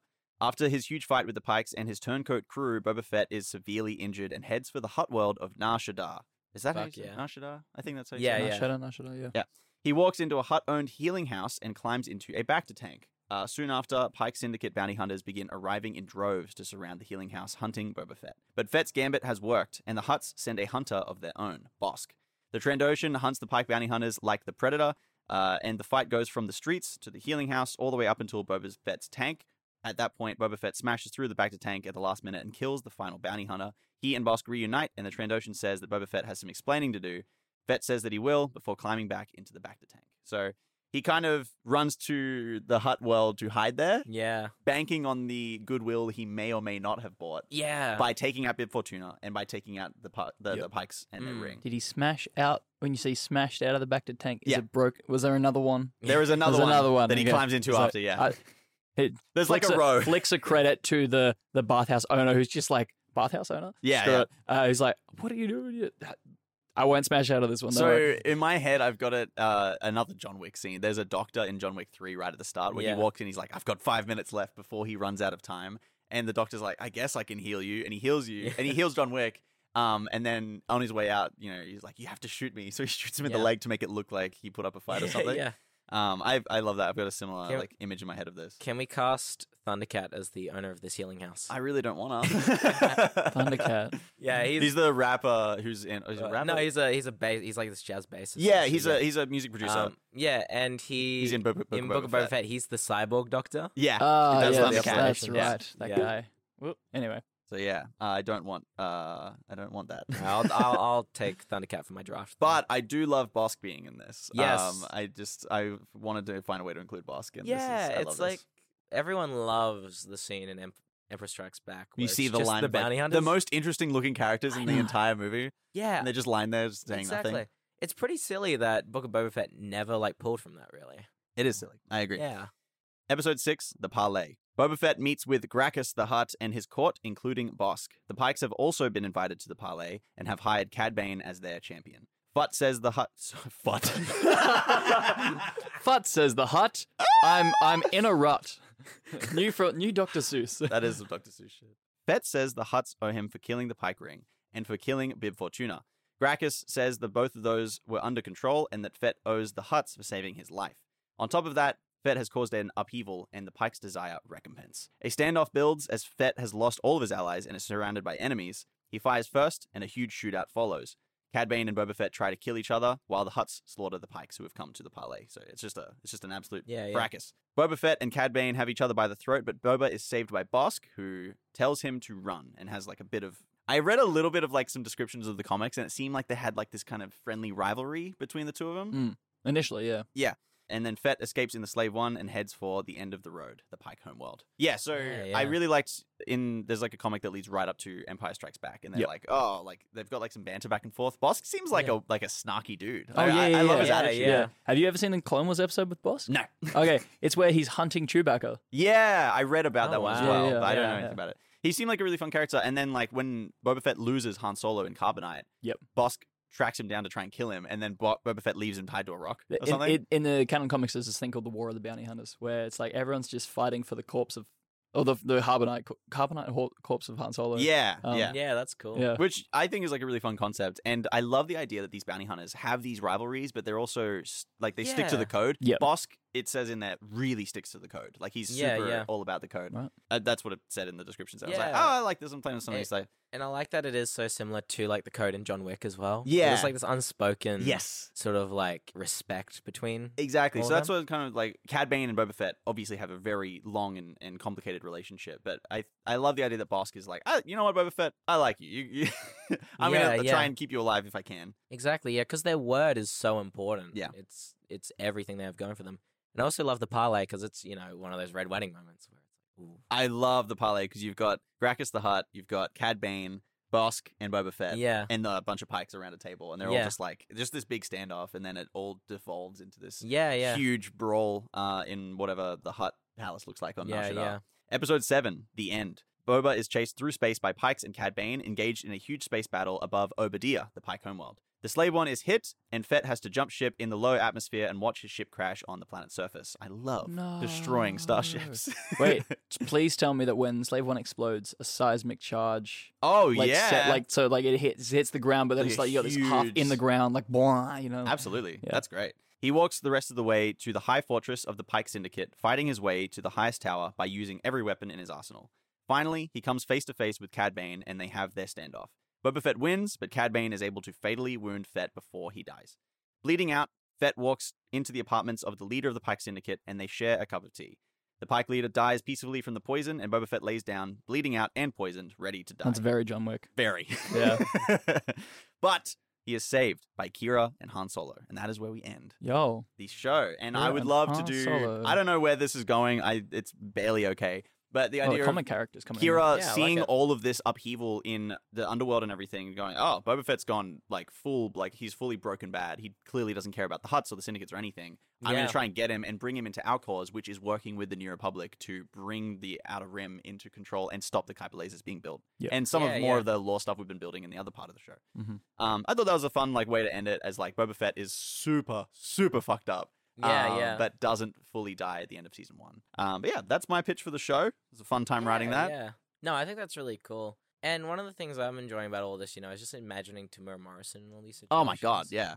Speaker 1: After his huge fight with the Pikes and his turncoat crew, Boba Fett is severely injured and heads for the hut world of Nar Shaddaa. Is that how you
Speaker 3: Fuck
Speaker 1: say it?
Speaker 3: yeah.
Speaker 1: Nar Shaddaa? I think that's how you
Speaker 3: Yeah,
Speaker 1: say it.
Speaker 3: yeah.
Speaker 2: Nah, shut up, nah, shut up, yeah.
Speaker 1: He walks into a hut owned healing house and climbs into a Bacta tank. Uh, soon after, Pike Syndicate bounty hunters begin arriving in droves to surround the healing house, hunting Boba Fett. But Fett's gambit has worked, and the huts send a hunter of their own, Bosk. The Trandoshan hunts the Pike bounty hunters like the Predator, uh, and the fight goes from the streets to the healing house all the way up until Boba Fett's tank. At that point, Boba Fett smashes through the Bacta tank at the last minute and kills the final bounty hunter. He and Bosk reunite, and the Trandoshan says that Boba Fett has some explaining to do, Fett says that he will before climbing back into the back to tank. So he kind of runs to the hut world to hide there,
Speaker 3: Yeah.
Speaker 1: banking on the goodwill he may or may not have bought
Speaker 3: Yeah.
Speaker 1: by taking out Bib Fortuna and by taking out the pi- the, the
Speaker 3: Yep.
Speaker 1: pikes and their
Speaker 3: Mm.
Speaker 1: ring.
Speaker 2: Did he smash out? When you say smashed out of the back to tank, is
Speaker 1: Yeah.
Speaker 2: it broke? Was there another one?
Speaker 1: There is another,
Speaker 2: There's
Speaker 1: one,
Speaker 2: another one,
Speaker 1: that he
Speaker 2: okay.
Speaker 1: climbs into
Speaker 2: So,
Speaker 1: after. Yeah,
Speaker 2: I- it
Speaker 1: there's like
Speaker 2: flicks
Speaker 1: a row.
Speaker 2: Flicks a credit to the the bathhouse owner, who's just like bathhouse owner.
Speaker 1: Yeah,
Speaker 2: Screw
Speaker 1: yeah.
Speaker 2: it. Uh, he's like, "What are you doing? You- I won't smash out of this one."
Speaker 1: So
Speaker 2: So
Speaker 1: in my head, I've got it. Uh, another John Wick scene. There's a doctor in John Wick Three right at the start when
Speaker 3: Yeah.
Speaker 1: he walks in. He's like, "I've got five minutes left before he runs out of time," and the doctor's like, "I guess I can heal you," and he heals you,
Speaker 3: Yeah.
Speaker 1: and he heals John Wick. Um, and then on his way out, you know, he's like, "You have to shoot me," so he shoots him in the
Speaker 3: Yeah.
Speaker 1: leg to make it look like he put up a fight or something.
Speaker 3: yeah.
Speaker 1: Um, I I love that. I've got a similar
Speaker 3: Can-
Speaker 1: like image in my head of this.
Speaker 3: Can we cast Thundercat as the owner of this healing house?
Speaker 1: I really don't want to.
Speaker 2: Thundercat.
Speaker 3: yeah,
Speaker 1: He's, the rapper who's in. He's a
Speaker 3: uh,
Speaker 1: rapper.
Speaker 3: no, he's a he's a bass. He's like this jazz bassist.
Speaker 1: yeah,
Speaker 3: essentially,
Speaker 1: he's a he's a music
Speaker 3: yeah.
Speaker 1: producer.
Speaker 3: Um, yeah, and he
Speaker 1: he's in Book, Book,
Speaker 3: in Book of Boba Fett. Uh, He's the cyborg doctor.
Speaker 1: Yeah,
Speaker 2: Ah,
Speaker 1: That's
Speaker 2: yeah,
Speaker 1: Thundercat.
Speaker 2: that's, that's
Speaker 1: Yeah.
Speaker 2: right. That
Speaker 3: Yeah.
Speaker 2: guy. Whoop. Anyway,
Speaker 1: So yeah, uh, I don't want uh, I don't want that.
Speaker 3: I'll, I'll I'll take Thundercat for my draft. then.
Speaker 1: but I do love Bosk being in this. Um,
Speaker 3: Yes.
Speaker 1: I just I wanted to find a way to include Bosk. And
Speaker 3: yeah,
Speaker 1: this is, I love
Speaker 3: it's like
Speaker 1: this.
Speaker 3: everyone loves the scene in Emp- Emperor Strikes Back. Where
Speaker 1: you
Speaker 3: it's
Speaker 1: see the
Speaker 3: just
Speaker 1: line
Speaker 3: the
Speaker 1: of, like,
Speaker 3: bounty hunters.
Speaker 1: the most interesting looking characters
Speaker 3: I
Speaker 1: in the
Speaker 3: know.
Speaker 1: entire movie,
Speaker 3: yeah,
Speaker 1: and they're just lying there just saying
Speaker 3: exactly.
Speaker 1: nothing.
Speaker 3: It's pretty silly that Book of Boba Fett never like pulled from that really.
Speaker 1: It is silly. I agree.
Speaker 3: Yeah,
Speaker 1: Episode 6 The Parley. Boba Fett meets with Gracchus the Hutt and his court, including Bosk. The Pikes have also been invited to the parley and have hired Cad Bane as their champion. Fut says the hut. Fut.
Speaker 2: Fut says the hut. I'm I'm in a rut. New fro new Dr. Seuss.
Speaker 1: that is some Dr. Seuss shit. Fet says the Huts owe him for killing the Pike Ring and for killing Bib Fortuna. Gracchus says that both of those were under control and that Fet owes the Huts for saving his life. On top of that, Fet has caused an upheaval and the Pikes desire recompense. A standoff builds as Fet has lost all of his allies and is surrounded by enemies. He fires first, and a huge shootout follows. Cad Bane and Boba Fett try to kill each other, while the Huts slaughter the Pikes who have come to the parley. So it's just a it's just an absolute
Speaker 3: Yeah, yeah.
Speaker 1: fracas. Boba Fett and Cad Bane have each other by the throat, but Boba is saved by Bosk, who tells him to run and has like a bit of. I read a little bit of like some descriptions of the comics, and it seemed like they had like this kind of friendly rivalry between the two of them.
Speaker 2: Mm. Initially, yeah.
Speaker 1: And then Fett escapes in the Slave One and heads for the end of the road, the Pike homeworld. Yeah, so
Speaker 3: Yeah, yeah.
Speaker 1: I really liked in there's like a comic that leads right up to Empire Strikes Back, and they're
Speaker 2: Yep.
Speaker 1: like, oh, like they've got like some banter back and forth. Bosk seems like
Speaker 3: Yeah.
Speaker 1: a like a snarky dude.
Speaker 2: Oh
Speaker 1: I,
Speaker 2: yeah,
Speaker 1: I,
Speaker 2: yeah,
Speaker 1: I love
Speaker 2: yeah.
Speaker 1: his
Speaker 3: yeah,
Speaker 1: attitude.
Speaker 3: yeah.
Speaker 2: Have you ever seen the Clone Wars episode with Boss?
Speaker 1: No,
Speaker 2: okay, it's where he's hunting Chewbacca.
Speaker 1: Yeah, I read about
Speaker 3: Oh,
Speaker 1: that one as
Speaker 3: wow.
Speaker 1: well,
Speaker 2: Yeah, yeah,
Speaker 1: but I don't
Speaker 2: yeah,
Speaker 1: know
Speaker 2: yeah.
Speaker 1: anything about it. He seemed like a really fun character, and then like when Boba Fett loses Han Solo in Carbonite,
Speaker 2: Yep.
Speaker 1: Bosk tracks him down to try and kill him, and then Bo- Boba Fett leaves him tied to a rock or
Speaker 2: In,
Speaker 1: something.
Speaker 2: in- in the canon comics, there's this thing called the War of the Bounty Hunters, where it's like everyone's just fighting for the corpse of, or the the carbonite carbonite hor- corpse of Han Solo.
Speaker 1: yeah,
Speaker 2: Um,
Speaker 1: yeah,
Speaker 3: Yeah, that's cool.
Speaker 2: yeah.
Speaker 1: Which I think is like a really fun concept, and I love the idea that these bounty hunters have these rivalries, but they're also s- like they stick to the
Speaker 3: Yeah.
Speaker 1: code.
Speaker 2: Yep.
Speaker 1: Bosk, it says in there, really sticks to the code. Like he's
Speaker 3: Yeah,
Speaker 1: super
Speaker 3: yeah.
Speaker 1: all about the code.
Speaker 2: Right.
Speaker 1: Uh, that's what it said in the description. So I was like, oh,
Speaker 3: Yeah.
Speaker 1: I like this. I'm playing with somebody.
Speaker 3: It-
Speaker 1: It's like,
Speaker 3: And I like that it is so similar to like the code in John Wick as well.
Speaker 1: Yeah.
Speaker 3: It's like this unspoken
Speaker 1: yes,
Speaker 3: sort of like respect between
Speaker 1: Exactly.
Speaker 3: all
Speaker 1: So
Speaker 3: of
Speaker 1: that's what kind of like Cad Bane and Boba Fett obviously have a very long and, and complicated relationship, but I I love the idea that Bosk is like, "Ah, you know what, Boba Fett, I like you. you, you I'm
Speaker 3: Yeah,
Speaker 1: gonna
Speaker 3: yeah.
Speaker 1: try and keep you alive if I can.
Speaker 3: Exactly, yeah, because their word is so important.
Speaker 1: Yeah.
Speaker 3: it's it's everything they have going for them. And I also love the parlay because it's you know one of those red wedding moments where it's like, ooh,
Speaker 1: I love the parlay because you've got Gracchus the Hutt, you've got Cad Bane, Bosk, and Boba Fett,
Speaker 3: yeah,
Speaker 1: and a bunch of pikes around a table, and they're all
Speaker 3: Yeah.
Speaker 1: just like just this big standoff, and then it all devolves into this
Speaker 3: yeah, yeah,
Speaker 1: huge brawl uh, in whatever the Hut Palace looks like on
Speaker 3: yeah,
Speaker 1: Nar Shaddaa.
Speaker 3: yeah.
Speaker 1: Episode 7, The End. Boba is chased through space by Pikes and Cad Bane, engaged in a huge space battle above Obadiah, the Pike homeworld. The Slave One is hit, and Fett has to jump ship in the low atmosphere and watch his ship crash on the planet's surface. I love destroying
Speaker 2: No.
Speaker 1: starships.
Speaker 2: Wait, please tell me that when Slave One explodes, a seismic charge,
Speaker 1: oh,
Speaker 2: like
Speaker 1: yeah.
Speaker 2: set, like so, like it hits hits the ground, but then
Speaker 1: Like
Speaker 2: it's
Speaker 1: a
Speaker 2: like you got this half
Speaker 1: huge-
Speaker 2: in the ground, like blah, you know.
Speaker 1: Absolutely.
Speaker 2: Yeah.
Speaker 1: That's great. He walks the rest of the way to the high fortress of the Pike Syndicate, fighting his way to the highest tower by using every weapon in his arsenal. Finally, he comes face to face with Cad Bane and they have their standoff. Boba Fett wins, but Cad Bane is able to fatally wound Fett before he dies. Bleeding out, Fett walks into the apartments of the leader of the Pike Syndicate and they share a cup of tea. The Pike leader dies peacefully from the poison, and Boba Fett lays down, bleeding out and poisoned, ready to die.
Speaker 2: That's very John Wick.
Speaker 1: Very.
Speaker 2: Yeah.
Speaker 1: but he is saved by Kira and Han Solo, and that is where we end
Speaker 2: Yo,
Speaker 1: the show. And I
Speaker 2: Kira
Speaker 1: would
Speaker 2: and
Speaker 1: love to
Speaker 2: Han
Speaker 1: do.
Speaker 2: Solo.
Speaker 1: I don't know where this is going. I it's barely okay. But the
Speaker 2: oh, the
Speaker 1: idea
Speaker 2: comic
Speaker 1: of
Speaker 2: characters coming. in.
Speaker 1: Kira
Speaker 3: Yeah, I like
Speaker 1: seeing
Speaker 3: it.
Speaker 1: all of this upheaval in the underworld and everything, going, "Oh, Boba Fett's gone like full, like he's fully broken bad. He clearly doesn't care about the Huts or the syndicates or anything. I'm going
Speaker 3: Yeah.
Speaker 1: to try and get him and bring him into our cause, which is working with the New Republic to bring the Outer Rim into control and stop the Kyber lasers being built.
Speaker 2: Yeah.
Speaker 1: And some
Speaker 3: Yeah,
Speaker 1: of more
Speaker 3: yeah. Mm-hmm.
Speaker 1: of the lore stuff we've been building in the other part of the show.
Speaker 2: Mhm.
Speaker 1: Um, I thought that was a fun like way to end it, as like Boba Fett is super, super fucked up.
Speaker 3: Yeah,
Speaker 1: um,
Speaker 3: yeah.
Speaker 1: But doesn't fully die at the end of season one. Um, but yeah, that's my pitch for the show. It was a fun time writing
Speaker 3: Yeah,
Speaker 1: that.
Speaker 3: Yeah. No, I think that's really cool. And one of the things I'm enjoying about all this, you know, is just imagining Tamir Morrison in all these situations.
Speaker 1: Oh my god, yeah.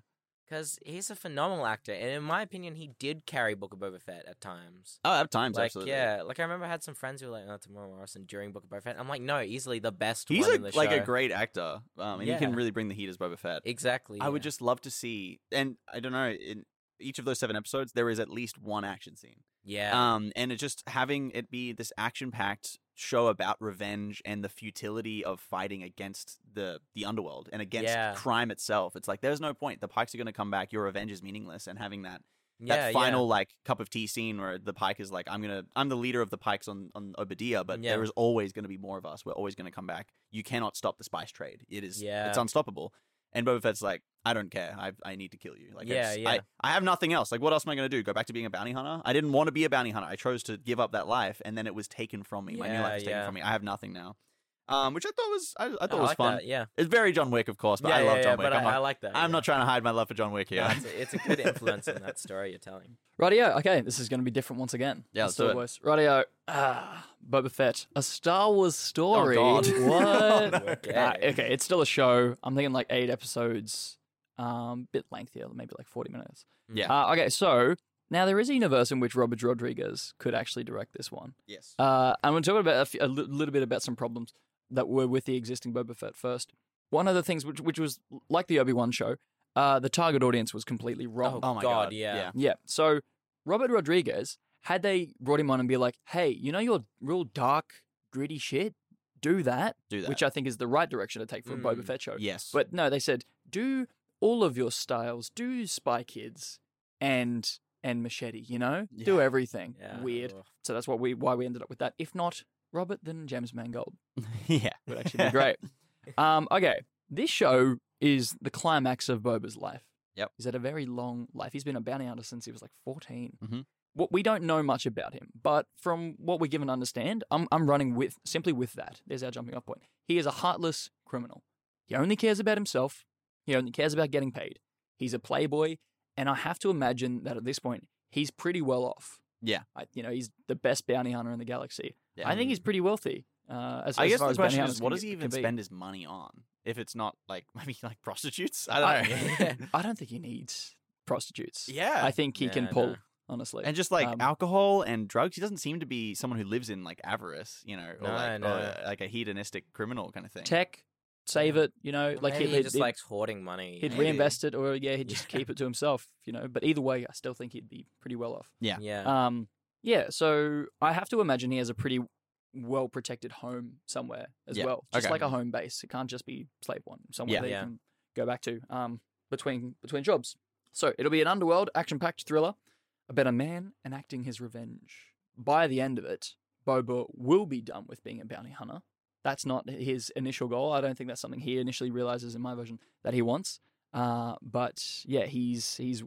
Speaker 3: Because he's a phenomenal actor. And in my opinion, he did carry Book of Boba Fett at times.
Speaker 1: Oh, at times,
Speaker 3: like,
Speaker 1: absolutely.
Speaker 3: yeah. Like, I remember I had some friends who were like, oh, Tamir Morrison during Book of Boba Fett. I'm like, no, easily the best
Speaker 1: He's
Speaker 3: one
Speaker 1: a,
Speaker 3: in the
Speaker 1: like
Speaker 3: show.
Speaker 1: a great actor, um, and he can
Speaker 3: Yeah.
Speaker 1: really bring the heat as Boba Fett.
Speaker 3: Exactly.
Speaker 1: I would
Speaker 3: yeah.
Speaker 1: just love to see, and I don't know, in each of those seven episodes, there is at least one action scene.
Speaker 3: Yeah.
Speaker 1: Um, and it just having it be this action packed show about revenge and the futility of fighting against the the underworld and against
Speaker 3: Yeah.
Speaker 1: crime itself. It's like there's no point. The pikes are going to come back. Your revenge is meaningless. And having that
Speaker 3: yeah,
Speaker 1: that
Speaker 3: yeah.
Speaker 1: final like cup of tea scene where the pike is like, I'm gonna I'm the leader of the pikes on on Obadiah, but
Speaker 3: Yeah.
Speaker 1: there is always going to be more of us. We're always going to come back. You cannot stop the spice trade. It is
Speaker 3: Yeah.
Speaker 1: it's unstoppable. And Boba Fett's like, I don't care. I I need to kill you. Like, I
Speaker 3: Yeah,
Speaker 1: just-
Speaker 3: yeah.
Speaker 1: I, I have nothing else. Like, what else am I going to do? Go back to being a bounty hunter? I didn't want to be a bounty hunter. I chose to give up that life, and then it was taken from me. My new
Speaker 3: Yeah,
Speaker 1: life was taken
Speaker 3: yeah.
Speaker 1: from me. I have nothing now. um, which I thought was I, I thought
Speaker 3: I
Speaker 1: was
Speaker 3: like
Speaker 1: fun.
Speaker 3: that, Yeah,
Speaker 1: It's very John Wick, of course, but
Speaker 3: yeah,
Speaker 1: I love
Speaker 3: yeah,
Speaker 1: John
Speaker 3: yeah,
Speaker 1: Wick.
Speaker 3: But
Speaker 1: I'm,
Speaker 3: I,
Speaker 1: not,
Speaker 3: I like that.
Speaker 1: I'm
Speaker 3: yeah.
Speaker 1: not trying to hide my love for John Wick here.
Speaker 3: No, it's, a, it's a good influence in that story you're telling.
Speaker 2: Radio. Okay, this is going to be different once again.
Speaker 1: Yeah, let's do it. Oh,
Speaker 2: Radio. Ah, Boba Fett. A Star Wars story.
Speaker 1: God. Oh,
Speaker 2: What?
Speaker 1: no.
Speaker 3: Okay.
Speaker 2: Nah, Uh, okay, it's still a show. I'm thinking like eight episodes, um, bit lengthier, maybe like 40 minutes.
Speaker 1: Yeah.
Speaker 2: Uh, okay, so now there is a universe in which Robert Rodriguez could actually direct this one.
Speaker 1: yes.
Speaker 2: Uh, I'm going to talk about a few- a li- little bit about some problems that were with the existing Boba Fett first. One of the things which which was like the Obi Wan show, uh, the target audience was completely wrong.
Speaker 1: oh my
Speaker 3: God,
Speaker 1: God.
Speaker 3: yeah.
Speaker 2: Yeah. So Robert Rodriguez, had they brought him on and be like, "Hey, you know your real dark, gritty shit, do that,",
Speaker 1: Do that.
Speaker 2: which I think is the right direction to take for a Boba
Speaker 3: Mm,
Speaker 2: Fett show.
Speaker 1: yes.
Speaker 2: But no, they said do all of your styles, do Spy Kids and and Machete, you know, do
Speaker 1: Yeah.
Speaker 2: everything.
Speaker 3: Yeah.
Speaker 2: Weird.
Speaker 3: Ugh.
Speaker 2: So that's what we why we ended up with that. If not Robert, then James Mangold
Speaker 1: yeah.
Speaker 2: would actually be great. Um, okay, this show is the climax of Boba's life.
Speaker 1: Yep.
Speaker 2: he's had a very long life. He's been a bounty hunter since he was like 14
Speaker 1: Mhm.
Speaker 2: What we don't know much about him, but from what we're given to understand, I'm I'm running with simply with that. There's our jumping off point. He is a heartless criminal. He only cares about himself. He only cares about getting paid. He's a playboy, and I have to imagine that at this point he's pretty well off.
Speaker 1: Yeah.
Speaker 2: I, you know he's the best bounty hunter in the galaxy.
Speaker 1: Yeah.
Speaker 2: I think he's pretty wealthy. Uh, as,
Speaker 1: Um, I
Speaker 2: as
Speaker 1: guess
Speaker 2: far
Speaker 1: the
Speaker 2: as bounty
Speaker 1: question
Speaker 2: hunters
Speaker 1: is, what
Speaker 2: can
Speaker 1: does
Speaker 2: get-
Speaker 1: he
Speaker 2: can
Speaker 1: even
Speaker 2: be.
Speaker 1: spend his money on? If it's not like maybe like prostitutes, I don't know.
Speaker 3: I-
Speaker 2: I don't think he needs prostitutes.
Speaker 1: yeah,
Speaker 2: I think he
Speaker 3: Yeah,
Speaker 2: can
Speaker 3: I
Speaker 2: pull.
Speaker 3: know.
Speaker 2: Honestly,
Speaker 1: and just like
Speaker 2: um,
Speaker 1: alcohol and drugs, he doesn't seem to be someone who lives in like avarice, you know, or
Speaker 3: No,
Speaker 1: like
Speaker 3: no.
Speaker 1: or, uh, like a hedonistic criminal kind of thing.
Speaker 2: tech, save it. You know,
Speaker 3: Well,
Speaker 2: like
Speaker 3: maybe
Speaker 2: he'd,
Speaker 3: he
Speaker 2: he'd,
Speaker 3: just
Speaker 2: he'd-
Speaker 3: likes hoarding money.
Speaker 2: he'd
Speaker 3: maybe.
Speaker 2: reinvest it, or yeah, he'd just
Speaker 3: Yeah.
Speaker 2: keep it to himself. You know, but either way, I still think he'd be pretty well off.
Speaker 1: Yeah.
Speaker 3: Yeah.
Speaker 2: Um, yeah. So I have to imagine he has a pretty well protected home somewhere as
Speaker 1: Yeah,
Speaker 2: well, just
Speaker 1: okay.
Speaker 2: like a home base. It can't just be slave one somewhere
Speaker 1: Yeah.
Speaker 2: that
Speaker 3: Yeah.
Speaker 2: you can go back to um, between between jobs. So it'll be an underworld action packed thriller about a man enacting his revenge. By the end of it, Boba will be done with being a bounty hunter. That's not his initial goal. I don't think that's something he initially realizes in my version that he wants. Uh, but yeah, he's he's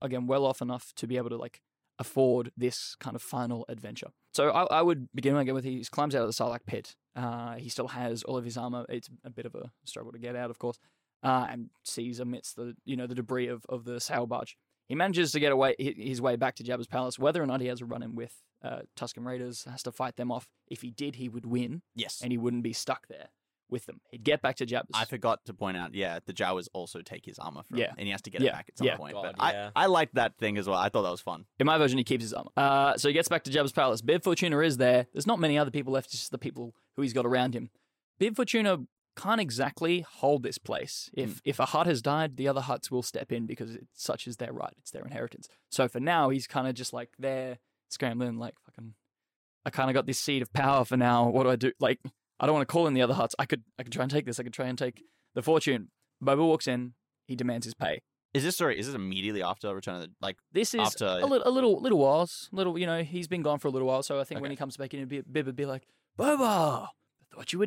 Speaker 2: again well off enough to be able to like afford this kind of final adventure. So I, I would begin again with he climbs out of the Sarlacc pit. Uh, he still has all of his armor. It's a bit of a struggle to get out, of course, uh, and sees amidst the you know the debris of, of the sail barge. He manages to get away hi- his way back to Jabba's palace. Whether or not he has a run in with uh, Tusken Raiders, has to fight them off. If he did, he would win,
Speaker 1: Yes,
Speaker 2: and he wouldn't be stuck there with them. He'd get back to Jabba's.
Speaker 1: I forgot to point out. Yeah, the Jawas also take his armor from,
Speaker 2: Yeah.
Speaker 1: him, and he has to get
Speaker 2: Yeah.
Speaker 1: it back at some
Speaker 2: Yeah.
Speaker 1: point.
Speaker 3: God,
Speaker 1: but
Speaker 3: yeah.
Speaker 1: I I liked that thing as well. I thought that was fun.
Speaker 2: In my version, he keeps his armor. Uh, so he gets back to Jabba's palace. Bib Fortuna is there. There's not many other people left, just the people who he's got around him. Bib Fortuna can't exactly hold this place. If if a hut has died, the other huts will step in because it, such is their right. It's their inheritance. So for now, he's kind of just like there, scrambling, like fucking. I kind of got this seed of power for now. What do I do? Like, I don't want to call in the other huts. I could, I could try and take this. I could try and take the fortune. Boba walks in. He demands his pay.
Speaker 1: Is this sorry? Is this immediately after Return of the like?
Speaker 2: This is
Speaker 1: After-
Speaker 2: a little, a little, little whiles. Little, you know, he's been gone for a little while, so I think when
Speaker 1: Okay.
Speaker 2: he comes back in, Bib would be like, "Boba, I thought you were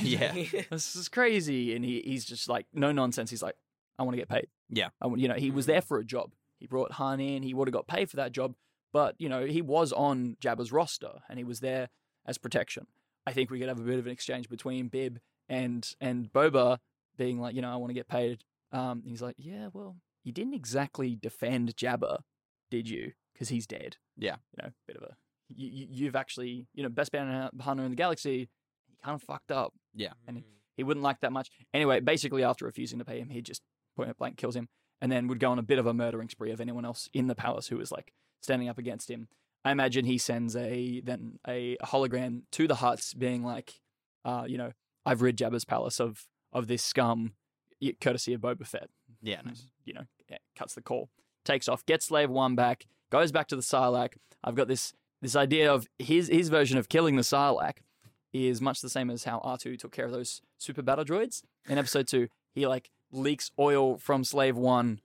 Speaker 1: Yeah.
Speaker 2: this is crazy." And he, he's just like, no nonsense. He's like, "I want to get paid."
Speaker 1: Yeah. Mm.
Speaker 2: I want, you know, he was there for a job. He brought Han in. He would have got paid for that job, but you know, he was on Jabba's roster and he was there as protection. I think we could have a bit of an exchange between Bib and and Boba being like, you know, I want to get paid. Um, and he's like, yeah, well, you didn't exactly defend Jabba, did you? Because he's dead.
Speaker 1: Yeah.
Speaker 2: you know, bit of a you, you you've actually you know best bounty hunter in the galaxy. He kind of fucked up. And-
Speaker 3: Mm.
Speaker 2: He wouldn't like that much. Anyway, basically, after refusing to pay him, he just point at blank kills him, and then would go on a bit of a murdering spree of anyone else in the palace who was like standing up against him. I imagine he sends a then a hologram to the huts, being like, uh, you know, I've rid Jabba's palace of of this scum, y- courtesy of Boba Fett.
Speaker 1: Yeah,
Speaker 2: And,
Speaker 1: nice.
Speaker 2: You know, yeah, cuts the call, takes off, gets Slave One back, goes back to the Sarlacc. I've got this this idea of his his version of killing the Sarlacc is much the same as how R2 took care of those super battle droids in episode two. He like leaks oil from Slave One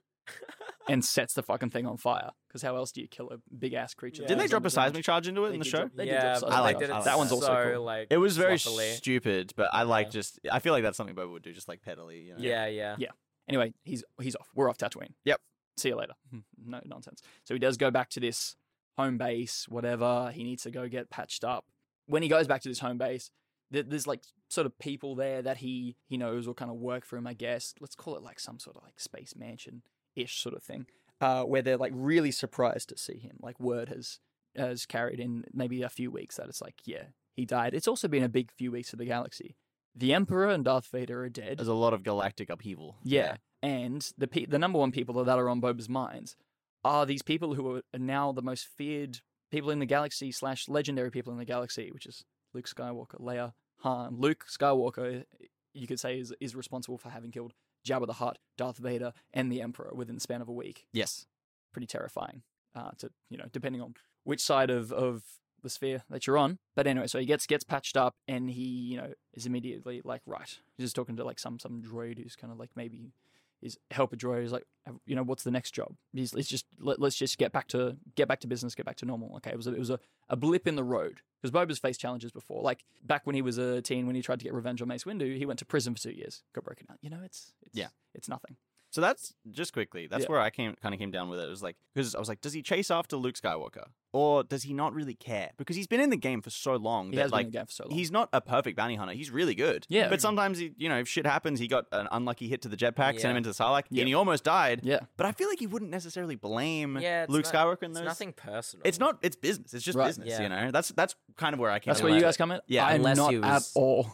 Speaker 2: and sets the fucking thing on fire. Because how else do you kill a big ass creature?
Speaker 3: Yeah.
Speaker 1: Didn't they
Speaker 2: that's
Speaker 1: drop
Speaker 2: under
Speaker 1: a
Speaker 2: so much-
Speaker 1: seismic charge into it
Speaker 2: They
Speaker 1: in the
Speaker 2: did
Speaker 1: show?
Speaker 2: drop- they did
Speaker 3: yeah,
Speaker 2: drop
Speaker 3: but
Speaker 2: seismic
Speaker 1: I like
Speaker 3: they
Speaker 1: that.
Speaker 3: did it
Speaker 1: That one's
Speaker 2: also
Speaker 3: so,
Speaker 2: cool.
Speaker 3: Like,
Speaker 1: It was very
Speaker 3: sloppily.
Speaker 1: stupid, but I like
Speaker 3: Yeah.
Speaker 1: just. I feel like that's something Boba would do, just like pettily. You know?
Speaker 3: Yeah, yeah.
Speaker 2: Anyway, he's he's off. We're off Tatooine.
Speaker 1: Yep.
Speaker 2: See you later. Hmm, No nonsense. So he does go back to this home base, whatever. He needs to go get patched up. When he goes back to this home base, there- there's like sort of people there that he he knows or kind of work for him, I guess. Let's call it like some sort of like space mansion ish sort of thing, uh, where they're like really surprised to see him. Like word has has carried in maybe a few weeks that it's like yeah he died. It's also been a big few weeks for the galaxy. The Emperor and Darth Vader are dead.
Speaker 1: There's a lot of galactic upheaval.
Speaker 2: Yeah. And the pe- the number one people that are on Boba's minds are these people who are now the most feared people in the galaxy slash legendary people in the galaxy, which is Luke Skywalker, Leia, Han. Luke Skywalker, you could say, is, is responsible for having killed Jabba the Hutt, Darth Vader, and the Emperor within the span of a week.
Speaker 1: Yes.
Speaker 2: Pretty terrifying. Uh, to you know, depending on which side of of the sphere that you're on. But anyway, so he gets gets patched up, and he you know is immediately like right. He's just talking to like some some droid who's kind of like maybe is help a droid is like you know what's the next job He's, let's just let, let's just get back to get back to business get back to normal okay it was a, it was a, a blip in the road because boba's faced challenges before like back when he was a teen when he tried to get revenge on mace windu he went to prison for two years got broken out you know it's, it's
Speaker 1: Yeah.
Speaker 2: it's nothing
Speaker 1: So that's just quickly. That's
Speaker 2: Yeah.
Speaker 1: where I came kind of came down with it. It was like because I was like, does he chase after Luke Skywalker or does he not really care? Because he's been in the game for so long
Speaker 2: he
Speaker 1: that
Speaker 2: has
Speaker 1: like
Speaker 2: been again for so long
Speaker 1: he's not a perfect bounty hunter. He's really good.
Speaker 2: Yeah.
Speaker 1: But sometimes he, you know, if shit happens, he got an unlucky hit to the jetpack, sent
Speaker 3: Yeah.
Speaker 1: him into the Sarlacc,
Speaker 2: Yeah.
Speaker 1: and he almost died.
Speaker 2: yeah
Speaker 1: But I feel like he wouldn't necessarily blame
Speaker 3: Yeah, it's
Speaker 1: Luke
Speaker 3: not-
Speaker 1: Skywalker in
Speaker 3: It's
Speaker 1: those.
Speaker 3: nothing personal.
Speaker 1: It's not. It's business. It's just
Speaker 2: Right.
Speaker 1: business.
Speaker 3: Yeah.
Speaker 1: You know. That's that's kind of where I came.
Speaker 2: that's
Speaker 1: down
Speaker 2: where
Speaker 1: with
Speaker 2: you
Speaker 1: it.
Speaker 2: guys come in
Speaker 1: Yeah,
Speaker 2: i'm
Speaker 3: unless
Speaker 2: not
Speaker 3: he
Speaker 2: at
Speaker 3: was-
Speaker 2: all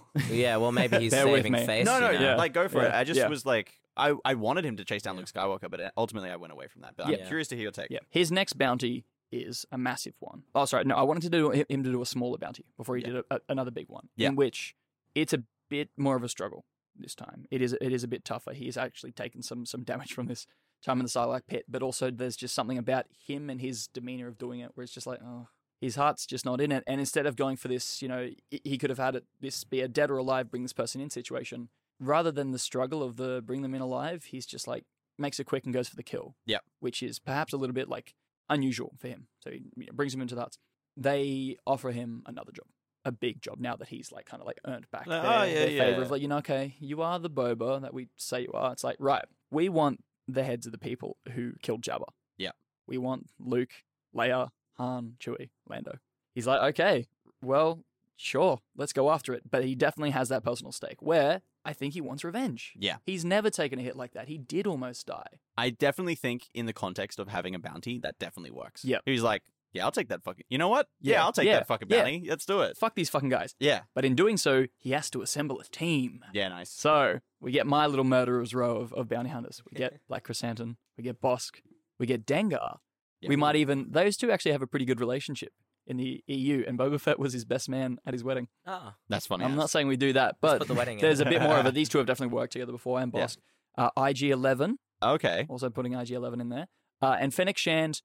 Speaker 3: Yeah, well, maybe he's
Speaker 2: Bear with
Speaker 3: saving
Speaker 2: me.
Speaker 3: face.
Speaker 1: No, no,
Speaker 3: you know?
Speaker 2: Yeah.
Speaker 1: like go for it.
Speaker 2: Yeah.
Speaker 1: I just
Speaker 2: Yeah.
Speaker 1: was like, I, I wanted him to chase down Luke Skywalker, but ultimately I went away from that. But
Speaker 3: Yeah.
Speaker 1: I'm curious to hear your take.
Speaker 2: Yeah. His next bounty is a massive one. Oh, sorry. No, I wanted to do hi- him to do a smaller bounty before he
Speaker 1: Yeah.
Speaker 2: did a, a, another big one,
Speaker 1: Yeah.
Speaker 2: in which it's a bit more of a struggle this time. It is it is a bit tougher. He has actually taken some some damage from this time in the Sarlacc pit, but also there's just something about him and his demeanor of doing it where it's just like, oh, his heart's just not in it. And instead of going for this, you know, i- he could have had it, this be a dead or alive, bring this person in situation. Rather than the struggle of the bring them in alive, he's just like makes it quick and goes for the kill.
Speaker 1: Yep.
Speaker 2: Which is perhaps a little bit like unusual for him. So he you know, brings him into that. They offer him another job, a big job now that he's like kind of like earned back
Speaker 1: Like,
Speaker 2: their,
Speaker 1: oh, yeah,
Speaker 2: their favor
Speaker 1: yeah.
Speaker 2: of like, you know, okay, you are the boba that we say you are. It's like, right, we want the heads of the people who killed Jabba.
Speaker 1: Yeah.
Speaker 2: We want Luke, Leia, Han, Chewie, Lando. He's like, okay, well, sure, let's go after it. But he definitely has that personal stake where I think he wants revenge.
Speaker 1: Yeah.
Speaker 2: He's never taken a hit like that. He did almost die.
Speaker 1: I definitely think in the context of having a bounty, that definitely works.
Speaker 2: Yep.
Speaker 1: He's like, yeah, I'll take that fucking. You know what? Yeah,
Speaker 2: Yeah.
Speaker 1: I'll take
Speaker 2: Yeah.
Speaker 1: that fucking
Speaker 2: Yeah.
Speaker 1: bounty. Let's do it.
Speaker 2: Fuck these fucking guys.
Speaker 1: Yeah.
Speaker 2: But in doing so, he has to assemble a team.
Speaker 1: Yeah. Nice.
Speaker 2: So we get my little murderer's row of, of bounty hunters. We get Black Chrysanthemum, we get Bosk, we get Dengar.
Speaker 1: Yeah.
Speaker 2: We might even, those two actually have a pretty good relationship in the EU, and Boba Fett was his best man at his wedding.
Speaker 3: Ah,
Speaker 1: That's funny.
Speaker 2: I'm
Speaker 1: as.
Speaker 2: not saying we do that, but
Speaker 3: put the wedding in.
Speaker 2: there's a bit more of it. These two have definitely worked together before, and
Speaker 1: Yeah.
Speaker 2: Bosk. Uh, IG 11,
Speaker 1: okay.
Speaker 2: also putting IG Eleven in there, uh, and Fennec Shand,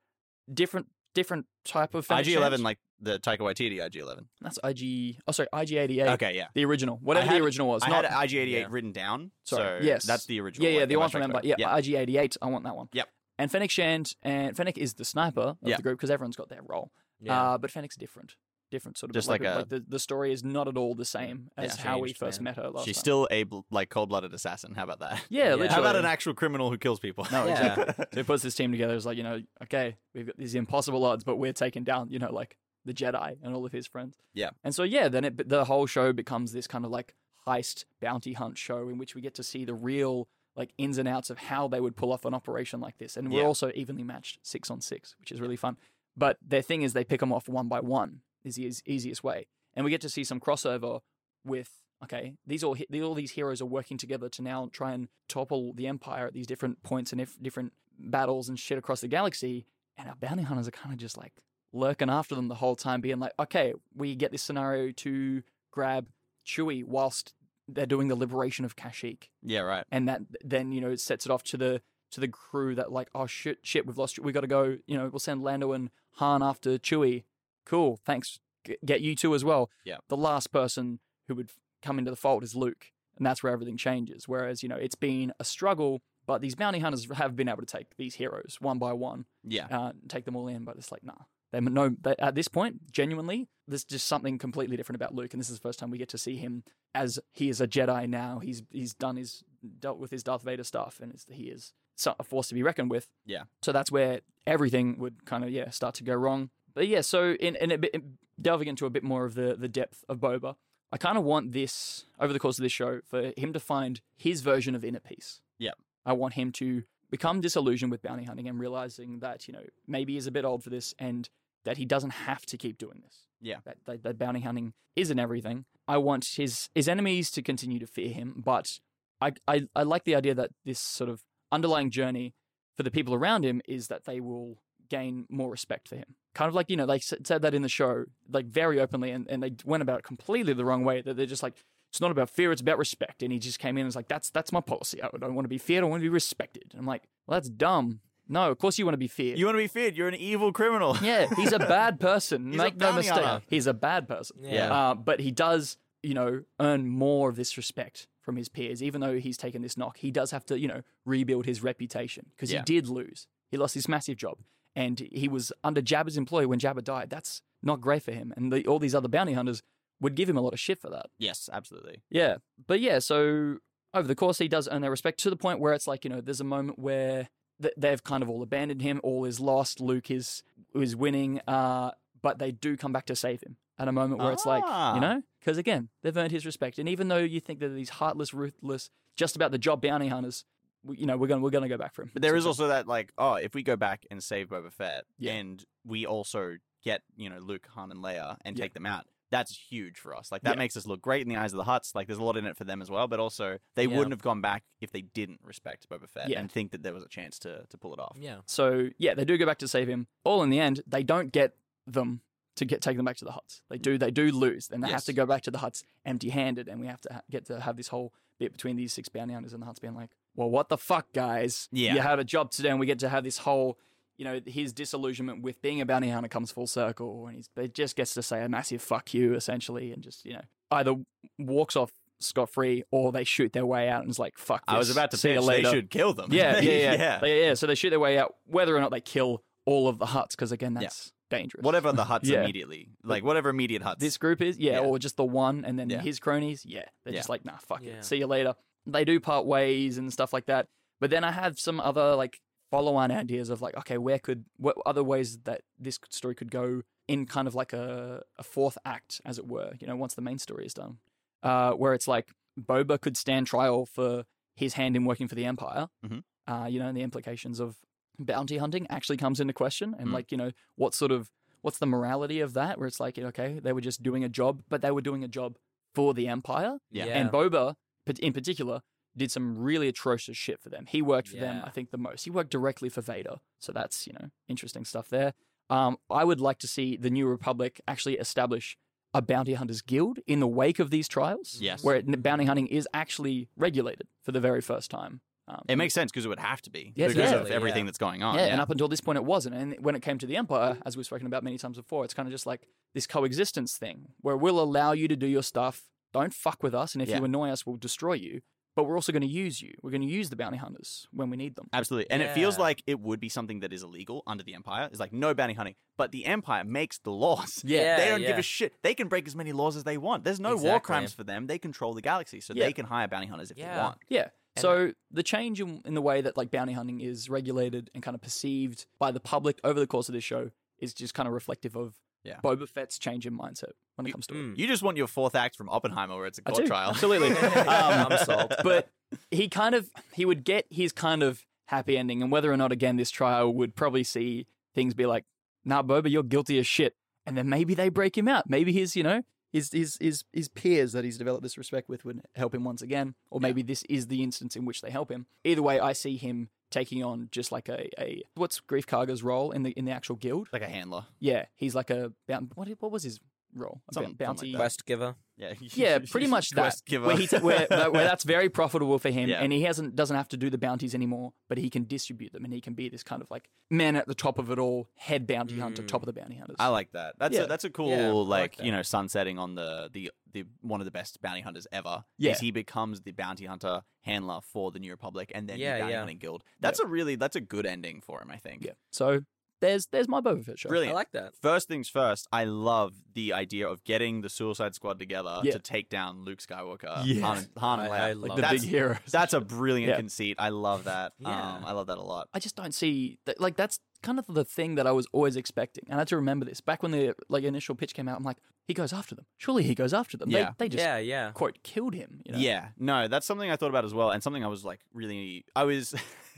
Speaker 2: different different type of Fennec
Speaker 1: IG Eleven,
Speaker 2: Shand.
Speaker 1: like the Taika Waititi IG Eleven.
Speaker 2: that's IG. Oh, sorry, IG Eighty Eight.
Speaker 1: Okay. Yeah.
Speaker 2: the original, whatever
Speaker 1: had-
Speaker 2: the original was.
Speaker 1: I
Speaker 2: not,
Speaker 1: had IG Eighty Eight
Speaker 3: Yeah.
Speaker 1: written down.
Speaker 2: Sorry.
Speaker 1: So
Speaker 2: Yes.
Speaker 1: That's the original.
Speaker 2: yeah, yeah,
Speaker 1: like,
Speaker 2: the one
Speaker 1: much
Speaker 2: from
Speaker 1: I
Speaker 2: Empire.
Speaker 1: took.
Speaker 2: Yeah, IG Eighty Eight. I want that one.
Speaker 1: Yep.
Speaker 2: And Fennec Shand and Fennec is the sniper of
Speaker 1: Yeah.
Speaker 2: the group because everyone's got their role.
Speaker 3: Yeah.
Speaker 2: Uh, but Fennec's different. Different sort of
Speaker 1: Just
Speaker 2: like,
Speaker 1: like a-
Speaker 2: the, the story is not at all the same as
Speaker 3: Yeah.
Speaker 2: how we
Speaker 3: Changed,
Speaker 2: first
Speaker 3: man.
Speaker 2: met her last
Speaker 1: She's
Speaker 2: time.
Speaker 1: still a bl- like cold blooded assassin. How about that?
Speaker 2: yeah,
Speaker 3: Yeah.
Speaker 2: literally.
Speaker 1: How about an actual criminal who kills people?
Speaker 2: No,
Speaker 3: Yeah.
Speaker 2: exactly. so he puts this team together. It's like, you know, okay, we've got these impossible odds, but we're taking down, you know, like the Jedi and all of his friends.
Speaker 1: Yeah.
Speaker 2: And so, yeah, then it, the whole show becomes this kind of like heist bounty hunt show in which we get to see the real like ins and outs of how they would pull off an operation like this. And we're
Speaker 1: Yeah.
Speaker 2: also evenly matched six on six, which is really fun. But their thing is they pick them off one by one is the eas- easiest way. And we get to see some crossover with okay these all he- all these heroes are working together to now try and topple the empire at these different points and if, different battles and shit across the galaxy and our bounty hunters are kind of just like lurking after them the whole time being like okay we get this scenario to grab chewie whilst they're doing the liberation of kashyyyk
Speaker 1: yeah. Right.
Speaker 2: and that then you know sets it off to the to the crew that like oh shit shit we've lost we got to go you know we'll send Lando and Han after Chewie cool thanks G- get you two as well
Speaker 1: Yeah.
Speaker 2: the last person who would come into the fold is Luke and that's where everything changes whereas you know it's been a struggle but these bounty hunters have been able to take these heroes one by one
Speaker 1: Yeah.
Speaker 2: uh, take them all in but it's like nah they no they, at this point genuinely there's just something completely different about Luke and this is the first time we get to see him as he is a Jedi now. He's he's done his dealt with his Darth Vader stuff, and it's, he is so- a force to be reckoned with.
Speaker 1: Yeah.
Speaker 2: So that's where everything would kind of yeah start to go wrong. But yeah, so in in a bit, delving into a bit more of the the depth of Boba, I kind of want this over the course of this show for him to find his version of inner peace.
Speaker 1: Yep.
Speaker 2: I want him to become disillusioned with bounty hunting and realizing that, you know, maybe he's a bit old for this and that he doesn't have to keep doing this.
Speaker 1: Yeah.
Speaker 2: That, that, that bounty hunting isn't everything. I want his, his enemies to continue to fear him, but I, I, I like the idea that this sort of underlying journey for the people around him is that they will gain more respect for him. Kind of like, you know, they s- said that in the show, like very openly, and, and they went about it completely the wrong way. That they're just like, it's not about fear, it's about respect. And he just came in and was like, that's that's my policy. I don't want to be feared, I want to be respected. And I'm like, well, that's dumb. No, of course you want to be feared.
Speaker 1: You want to be feared. You're an evil criminal.
Speaker 2: yeah, he's a bad person.
Speaker 1: He's a
Speaker 2: Make no
Speaker 1: bounty
Speaker 2: mistake.
Speaker 1: hunter.
Speaker 2: He's a bad person.
Speaker 1: Yeah.
Speaker 2: Uh, but he does, you know, earn more of this respect from his peers, even though he's taken this knock. He does have to, you know, rebuild his reputation because
Speaker 1: Yeah.
Speaker 2: he did lose. He lost his massive job, and he was under Jabba's employ when Jabba died. That's not great for him, and the, all these other bounty hunters would give him a lot of shit for that.
Speaker 1: Yes, absolutely.
Speaker 2: Yeah, but yeah, so over the course, he does earn their respect to the point where it's like you know, there's a moment where th- they've kind of all abandoned him, all is lost. Luke is is winning, uh, but they do come back to save him at a moment where it's like
Speaker 1: Ah.
Speaker 2: you know, because again, they've earned his respect, and even though you think they're these heartless, ruthless, just about the job bounty hunters, we, you know, we're gonna we're gonna go back for him.
Speaker 1: But there is
Speaker 2: Sort of
Speaker 1: also that like, oh, if we go back and save Boba Fett,
Speaker 2: Yeah.
Speaker 1: and we also get you know Luke, Han, and Leia, and
Speaker 2: Yeah.
Speaker 1: take them out. That's huge for us. Like that
Speaker 2: Yeah.
Speaker 1: makes us look great in the eyes of the Huts. Like there's a lot in it for them as well. But also they
Speaker 3: Yeah.
Speaker 1: wouldn't have gone back if they didn't respect Boba Fett
Speaker 2: Yeah.
Speaker 1: and think that there was a chance to to pull it off.
Speaker 3: Yeah.
Speaker 2: So yeah, they do go back to save him. All in the end, they don't get them to get take them back to the huts. They do they do lose, and they have
Speaker 1: Yes.
Speaker 2: to go back to the huts empty-handed. And we have to ha- get to have this whole bit between these six bounty hunters and the huts being like, "Well, what the fuck, guys?
Speaker 1: Yeah.
Speaker 2: you had a job today, and we get to have this whole." You know, his disillusionment with being a bounty hunter comes full circle, and he's, he just gets to say a massive fuck you, essentially, and just, you know, either walks off scot free or they shoot their way out and is like, fuck
Speaker 1: I was
Speaker 2: this.
Speaker 1: about to
Speaker 2: see
Speaker 1: say
Speaker 2: you later.
Speaker 1: they should kill them.
Speaker 2: Yeah, yeah, yeah.
Speaker 1: yeah.
Speaker 2: They- yeah, so they shoot their way out, whether or not they kill all of the huts, because again, that's dangerous.
Speaker 1: Whatever the Huts
Speaker 2: Yeah.
Speaker 1: immediately, like whatever immediate Huts.
Speaker 2: this group is,
Speaker 1: Yeah.
Speaker 2: yeah, or just the one, and then
Speaker 1: Yeah.
Speaker 2: his cronies, yeah, they're
Speaker 1: Yeah.
Speaker 2: just like, nah, fuck
Speaker 3: Yeah.
Speaker 2: it, see you later. They do part ways and stuff like that. But then I have some other like follow-on ideas of like, okay, where could what other ways that this story could go in kind of like a, a fourth act, as it were. You know, once the main story is done, uh, where it's like Boba could stand trial for his hand in working for the Empire.
Speaker 1: Mhm.
Speaker 2: Uh, you know, and the implications of bounty hunting actually comes into question, and
Speaker 1: Mm.
Speaker 2: like you know, what sort of what's the morality of that? Where it's like, you know, okay, they were just doing a job, but they were doing a job for the Empire,
Speaker 1: Yeah.
Speaker 2: and Boba pat- in particular did some really atrocious shit for them. He worked for them,
Speaker 3: Yeah.
Speaker 2: I think, the most. He worked directly for Vader, so that's you know interesting stuff there. Um, I would like to see the New Republic actually establish a bounty hunters guild in the wake of these trials
Speaker 1: yes,
Speaker 2: where it, bounty hunting is actually regulated for the very first time. Um,
Speaker 1: it makes sense because it would have to be
Speaker 2: Yes,
Speaker 1: because
Speaker 2: yeah.
Speaker 1: of everything
Speaker 3: Yeah.
Speaker 1: that's going on.
Speaker 2: yeah, and up until this point, it wasn't. And when it came to the Empire, as we've spoken about many times before, it's kind of just like this coexistence thing where we'll allow you to do your stuff. Don't fuck with us. And if
Speaker 1: Yeah.
Speaker 2: you annoy us, we'll destroy you. But we're also going to use you. We're going to use the bounty hunters when we need them.
Speaker 1: Absolutely. And it feels
Speaker 3: Yeah.
Speaker 1: like it would be something that is illegal under the Empire. It's like no bounty hunting, but the Empire makes the laws.
Speaker 3: Yeah,
Speaker 1: they don't give
Speaker 3: yeah.
Speaker 1: a shit. They can break as many laws as they want. There's no war
Speaker 3: Exactly.
Speaker 1: crimes for them. They control the galaxy, so
Speaker 2: Yeah.
Speaker 1: they can hire bounty hunters if they
Speaker 3: Yeah.
Speaker 1: want.
Speaker 2: Yeah.
Speaker 3: And-
Speaker 2: so the change in, in the way that like bounty hunting is regulated and kind of perceived by the public over the course of this show is just kind of reflective of
Speaker 1: Yeah.
Speaker 2: Boba Fett's change in mindset when it
Speaker 1: You-
Speaker 2: comes to it.
Speaker 3: Mm.
Speaker 1: You just want your fourth act from Oppenheimer where it's a
Speaker 2: I
Speaker 1: court
Speaker 2: do,
Speaker 1: trial.
Speaker 2: absolutely.
Speaker 3: Um, I'm sold.
Speaker 2: but he kind of he would get his kind of happy ending, and whether or not again this trial would probably see things be like, "Nah, Boba, you're guilty as shit," and then maybe they break him out. Maybe his you know his his his his peers that he's developed this respect with would help him once again, or maybe this is the instance in which they help him. Either way, I see him taking on just like a, a what's Grief Karga's role in the in the actual guild?
Speaker 1: like a handler.
Speaker 2: Yeah, he's like a bounty. What what was his role? A
Speaker 1: Something- something like
Speaker 2: bounty.
Speaker 1: that.
Speaker 3: Quest giver.
Speaker 1: Yeah.
Speaker 2: Yeah, pretty much that.
Speaker 1: Quest giver.
Speaker 2: where, he where, that- where that's very profitable for him,
Speaker 1: Yeah.
Speaker 2: and he hasn't doesn't have to do the bounties anymore, but he can distribute them, and he can be this kind of like man at the top of it all, head bounty hunter,
Speaker 3: Mm.
Speaker 2: top of the bounty hunters.
Speaker 1: I like that. That's
Speaker 2: Yeah.
Speaker 1: a, that's a cool
Speaker 3: Yeah, I
Speaker 1: like,
Speaker 3: like
Speaker 1: you
Speaker 3: that.
Speaker 1: know sunsetting on the the the one of the best bounty hunters ever.
Speaker 2: Yeah.
Speaker 1: is he becomes the bounty hunter handler for the New Republic and then
Speaker 3: Yeah,
Speaker 1: the bounty
Speaker 3: yeah.
Speaker 1: hunting guild. That's a really that's a good ending for him. I think.
Speaker 2: yeah. So there's there's my Boba Fett show.
Speaker 1: Brilliant.
Speaker 3: I like that.
Speaker 1: First things first, I love the idea of getting the Suicide Squad together
Speaker 2: Yeah.
Speaker 1: to take down Luke Skywalker,
Speaker 2: Yeah.
Speaker 1: Han, Han and
Speaker 3: I-
Speaker 1: Leia.
Speaker 3: I love
Speaker 2: Like the
Speaker 1: that's,
Speaker 2: big heroes.
Speaker 1: that's a brilliant
Speaker 2: Yeah.
Speaker 1: conceit. I love that.
Speaker 3: Yeah.
Speaker 1: um, I love that a lot.
Speaker 2: I just don't see that. Like that's kind of the thing that I was always expecting. And I had to remember this back when the like initial pitch came out. I'm like, he goes after them. Surely he goes after them.
Speaker 1: Yeah.
Speaker 2: They, they just
Speaker 3: yeah, yeah.
Speaker 2: quote killed him. You know?
Speaker 1: Yeah, no, that's something I thought about as well, and something I was like really, I was,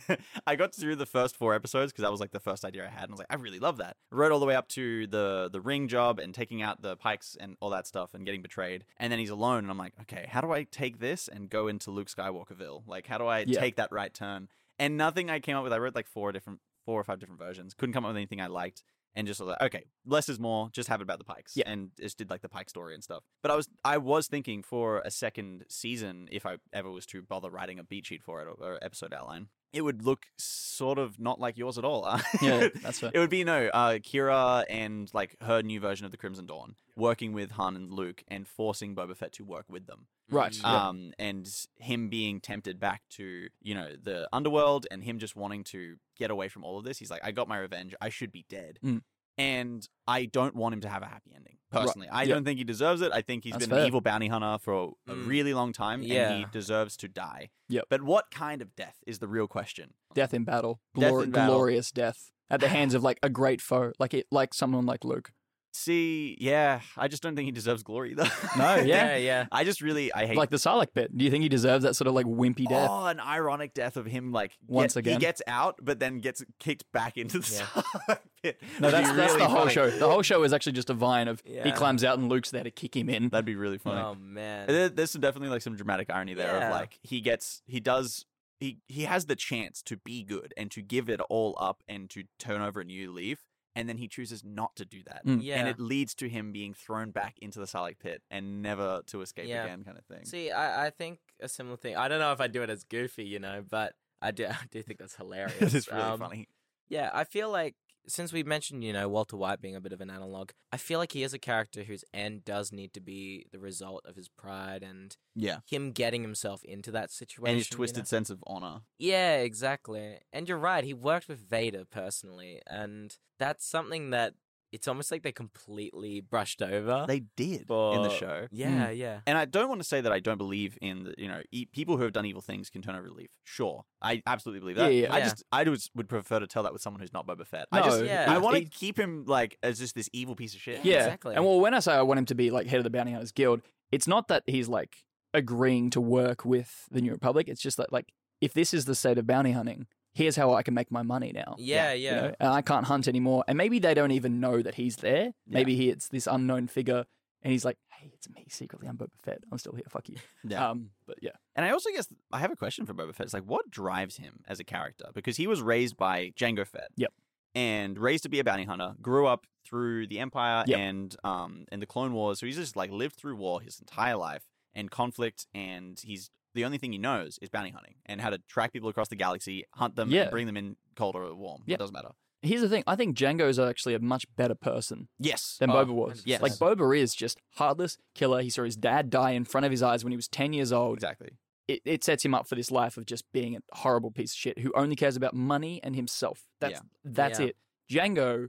Speaker 1: I got through the first four episodes because that was like the first idea I had, and I was like, I really love that. Rode all the way up to the the ring job and taking out the pikes and all that stuff and getting betrayed, and then he's alone, and I'm like, okay, how do I take this and go into Luke Skywalkerville? Like, how do I
Speaker 2: Yeah.
Speaker 1: take that right turn? And nothing I came up with. I wrote like four different, four or five different versions. Couldn't come up with anything I liked and just was like, okay, less is more. Just have it about the Pikes,
Speaker 2: Yeah.
Speaker 1: and just did like the Pike story and stuff. But I was I was thinking for a second season, if I ever was to bother writing a beat sheet for it or, or episode outline, it would look sort of not like yours at all.
Speaker 2: yeah, that's fair.
Speaker 1: It would be no uh, Kira and like her new version of the Crimson Dawn working with Han and Luke and forcing Boba Fett to work with them
Speaker 2: Right.
Speaker 3: Mm.
Speaker 2: Yeah.
Speaker 1: um, and him being tempted back to you know the underworld and him just wanting to get away from all of this he's like i got my revenge i should be dead
Speaker 2: Mm.
Speaker 1: and i don't want him to have a happy ending
Speaker 2: Right.
Speaker 1: personally i
Speaker 2: Yeah.
Speaker 1: don't think he deserves it i think he's
Speaker 2: That's
Speaker 1: been an
Speaker 2: fair.
Speaker 1: evil bounty hunter for a
Speaker 3: Mm.
Speaker 1: really long time and he
Speaker 3: Yeah.
Speaker 1: deserves to die
Speaker 2: Yep.
Speaker 1: but what kind of death is the real question
Speaker 2: Death in battle.
Speaker 1: Death
Speaker 2: Glor-
Speaker 1: in battle.
Speaker 2: Glorious death at the hands of like a great foe, like it, like someone like Luke.
Speaker 1: see yeah i just don't think he deserves glory though
Speaker 2: No, yeah.
Speaker 3: yeah, yeah.
Speaker 1: i just really i hate
Speaker 2: Like the Sarlacc bit. Do you think he deserves that sort of like wimpy death?
Speaker 1: Oh, an ironic death of him like
Speaker 2: Once
Speaker 1: get-
Speaker 2: again.
Speaker 1: He gets out, but then gets kicked back into the
Speaker 3: Yeah.
Speaker 1: Starlight pit.
Speaker 2: No,
Speaker 1: That'd
Speaker 2: that's,
Speaker 1: be
Speaker 2: that's
Speaker 1: really
Speaker 2: the whole
Speaker 1: funny.
Speaker 2: show. The whole show is actually just a vine of he
Speaker 3: Yeah.
Speaker 2: climbs out and Luke's there to kick him in.
Speaker 1: That'd be really funny.
Speaker 3: Oh man.
Speaker 1: There- There's some, definitely like some dramatic irony there
Speaker 3: Yeah.
Speaker 1: of like he gets he does he he has the chance to be good and to give it all up and to turn over a new leaf, and then he chooses not to do that.
Speaker 2: Mm.
Speaker 3: yeah.
Speaker 1: And it leads to him being thrown back into the Sarlacc pit and never to escape
Speaker 3: Yeah.
Speaker 1: again, kind of thing.
Speaker 3: See, I, I think a similar thing. I don't know if I do it as goofy, you know, but I do I do think that's hilarious.
Speaker 1: it is really
Speaker 3: Um,
Speaker 1: funny.
Speaker 3: Yeah, I feel like since we mentioned, you know, Walter White being a bit of an analog, I feel like he is a character whose end does need to be the result of his pride and
Speaker 1: Yeah,
Speaker 3: him getting himself into that situation.
Speaker 1: and his
Speaker 3: you know?
Speaker 1: twisted sense of honor.
Speaker 3: Yeah, exactly. And you're right, he worked with Vader personally, and that's something that it's almost like they completely brushed over.
Speaker 1: They did in the
Speaker 3: for-
Speaker 1: show.
Speaker 3: Yeah, yeah.
Speaker 1: And I don't want to say that I don't believe in the, you know e- people who have done evil things can turn over a leaf. Sure, I absolutely believe that.
Speaker 2: Yeah, yeah,
Speaker 1: I
Speaker 3: yeah.
Speaker 1: just I just would prefer to tell that with someone who's not Boba Fett. I
Speaker 2: No,
Speaker 1: just
Speaker 3: Yeah.
Speaker 1: I want to
Speaker 2: he-
Speaker 1: keep him like as just this evil piece of shit.
Speaker 2: Yeah,
Speaker 3: Exactly.
Speaker 2: And well, when I say I want him to be like head of the bounty hunters guild, it's not that he's like agreeing to work with the New Republic. It's just that like if this is the state of bounty hunting, here's how I can make my money now.
Speaker 3: Yeah, yeah.
Speaker 2: You know? And I can't hunt anymore. And maybe they don't even know that he's there. Maybe he it's this unknown figure, and he's like, "Hey, it's me secretly. I'm Boba Fett. I'm still here. Fuck you."
Speaker 1: Yeah.
Speaker 2: Um, but yeah,
Speaker 1: And I also guess I have a question for Boba Fett. It's like what drives him as a character because he was raised by Jango Fett.
Speaker 2: Yep.
Speaker 1: And raised to be a bounty hunter, grew up through the Empire
Speaker 2: Yep.
Speaker 1: and um and the Clone Wars. So he's just like lived through war his entire life and conflict, and he's the only thing he knows is bounty hunting and how to track people across the galaxy, hunt them,
Speaker 2: Yeah.
Speaker 1: and bring them in cold or warm.
Speaker 2: Yeah.
Speaker 1: It doesn't matter.
Speaker 2: here's the thing. I think Django's actually a much better person
Speaker 1: Yes.
Speaker 2: than
Speaker 1: Oh,
Speaker 2: Boba was.
Speaker 1: 100%.
Speaker 2: Like Boba is just heartless killer. He saw his dad die in front of his eyes when he was ten years old.
Speaker 1: Exactly.
Speaker 2: it, it sets him up for this life of just being a horrible piece of shit who only cares about money and himself. That's that's
Speaker 3: Yeah.
Speaker 2: it. Django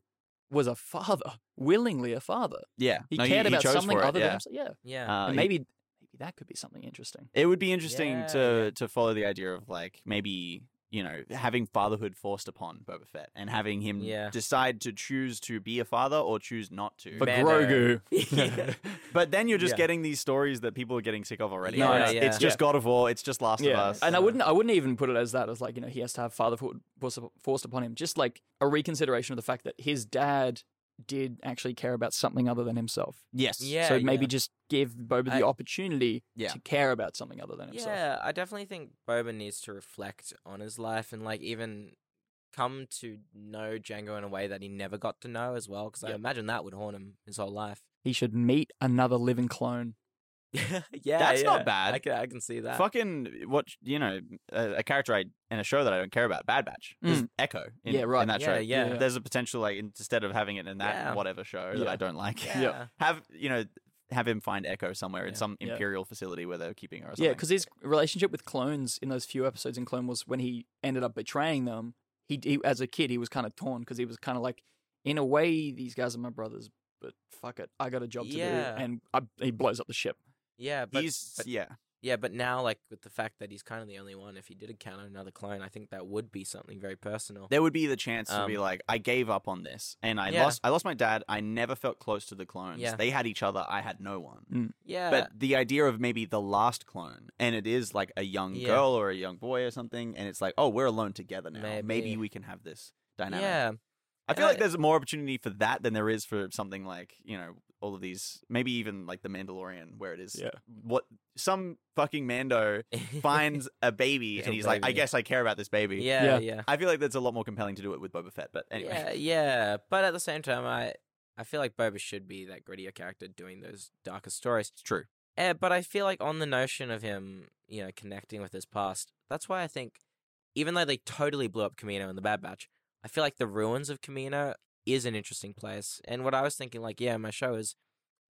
Speaker 2: was a father, willingly a father.
Speaker 1: Yeah.
Speaker 2: He
Speaker 1: No,
Speaker 2: cared
Speaker 1: he
Speaker 2: about
Speaker 1: chose
Speaker 2: something
Speaker 1: for it,
Speaker 2: other
Speaker 1: yeah.
Speaker 2: than himself. Yeah,
Speaker 3: yeah.
Speaker 1: Uh,
Speaker 2: and
Speaker 1: he-
Speaker 2: maybe maybe that could be something interesting.
Speaker 1: It would be interesting
Speaker 3: Yeah,
Speaker 1: to to follow the idea of like maybe you know having fatherhood forced upon Boba Fett and having him
Speaker 3: Yeah.
Speaker 1: decide to choose to be a father or choose not to.
Speaker 2: For
Speaker 1: But,
Speaker 3: But-
Speaker 2: Grogu,
Speaker 3: Mando.
Speaker 1: then you're just
Speaker 3: Yeah.
Speaker 1: getting these stories that people are getting sick of already.
Speaker 3: Yeah,
Speaker 1: Like, it's,
Speaker 3: yeah.
Speaker 1: it's just God of War. It's just Last of Us.
Speaker 2: and I wouldn't I wouldn't even put it as that as like you know he has to have fatherhood forced up- forced upon him. Just like a reconsideration of the fact that his dad did actually care about something other than himself.
Speaker 1: yes.
Speaker 3: yeah.
Speaker 2: so maybe
Speaker 3: yeah.
Speaker 2: just give Boba the
Speaker 3: I-
Speaker 2: opportunity
Speaker 1: Yeah.
Speaker 2: to care about something other than himself.
Speaker 3: Yeah, I definitely think Boba needs to reflect on his life and like even come to know Django in a way that he never got to know as well. Because I
Speaker 2: Yep.
Speaker 3: imagine that would haunt him his whole life.
Speaker 2: he should meet another living clone.
Speaker 3: yeah, yeah.
Speaker 1: not bad.
Speaker 3: I can, I can see that.
Speaker 1: Fucking what you know, a, a character I in a show that I don't care about, Bad Batch, is Echo. In,
Speaker 2: Yeah, right.
Speaker 1: In that
Speaker 3: Mm. Yeah,
Speaker 1: show,
Speaker 3: yeah.
Speaker 2: Yeah.
Speaker 1: There's a potential like instead of having it in that
Speaker 3: Yeah.
Speaker 1: whatever show that
Speaker 2: Yeah.
Speaker 1: I don't like.
Speaker 3: Yeah.
Speaker 2: Yeah.
Speaker 1: have you know have him find Echo somewhere in
Speaker 3: Yeah.
Speaker 1: some
Speaker 2: Yeah.
Speaker 1: imperial facility where they're keeping her. Or something.
Speaker 2: Yeah, because his relationship with clones in those few episodes in Clone Wars, when he ended up betraying them, he, he as a kid he was kind of torn because he was kind of like, in a way, these guys are my brothers, but fuck it, I got a job to
Speaker 3: Yeah.
Speaker 2: do, and I, he blows up the ship.
Speaker 3: Yeah, but
Speaker 1: he's
Speaker 3: but-
Speaker 1: yeah
Speaker 3: Yeah, but now like with the fact that he's kind of the only one, if he did encounter another clone, I think that would be something very personal.
Speaker 1: There would be the chance to
Speaker 3: Um,
Speaker 1: be like, I gave up on this, and I
Speaker 3: Yeah.
Speaker 1: lost. I lost my dad. I never felt close to the clones.
Speaker 3: Yeah.
Speaker 1: They had each other. I had no one.
Speaker 3: Yeah,
Speaker 1: But the idea of maybe the last clone, and it is like a young
Speaker 3: Yeah.
Speaker 1: girl or a young boy or something, and it's like, oh, we're alone together now. Maybe,
Speaker 3: Maybe.
Speaker 1: we can have this dynamic.
Speaker 3: yeah,
Speaker 1: I feel
Speaker 3: And
Speaker 1: like
Speaker 3: I-
Speaker 1: there's more opportunity for that than there is for something like you know all of these, maybe even like the Mandalorian, where it is
Speaker 2: Yeah.
Speaker 1: what some fucking Mando finds a baby
Speaker 3: It's
Speaker 1: and
Speaker 3: a
Speaker 1: he's like, I
Speaker 3: baby.
Speaker 1: guess I care about this baby.
Speaker 3: yeah, yeah,
Speaker 1: I feel like that's a lot more compelling to do it with Boba Fett. But anyway,
Speaker 3: yeah, yeah. But at the same time, I I feel like Boba should be that grittier character doing those darker stories.
Speaker 1: it's true.
Speaker 3: Eh, but I feel like on the notion of him, you know, connecting with his past, that's why I think, even though they totally blew up Camino in the Bad Batch, I feel like the ruins of Camino is an interesting place. And what I was thinking, like, yeah, my show is,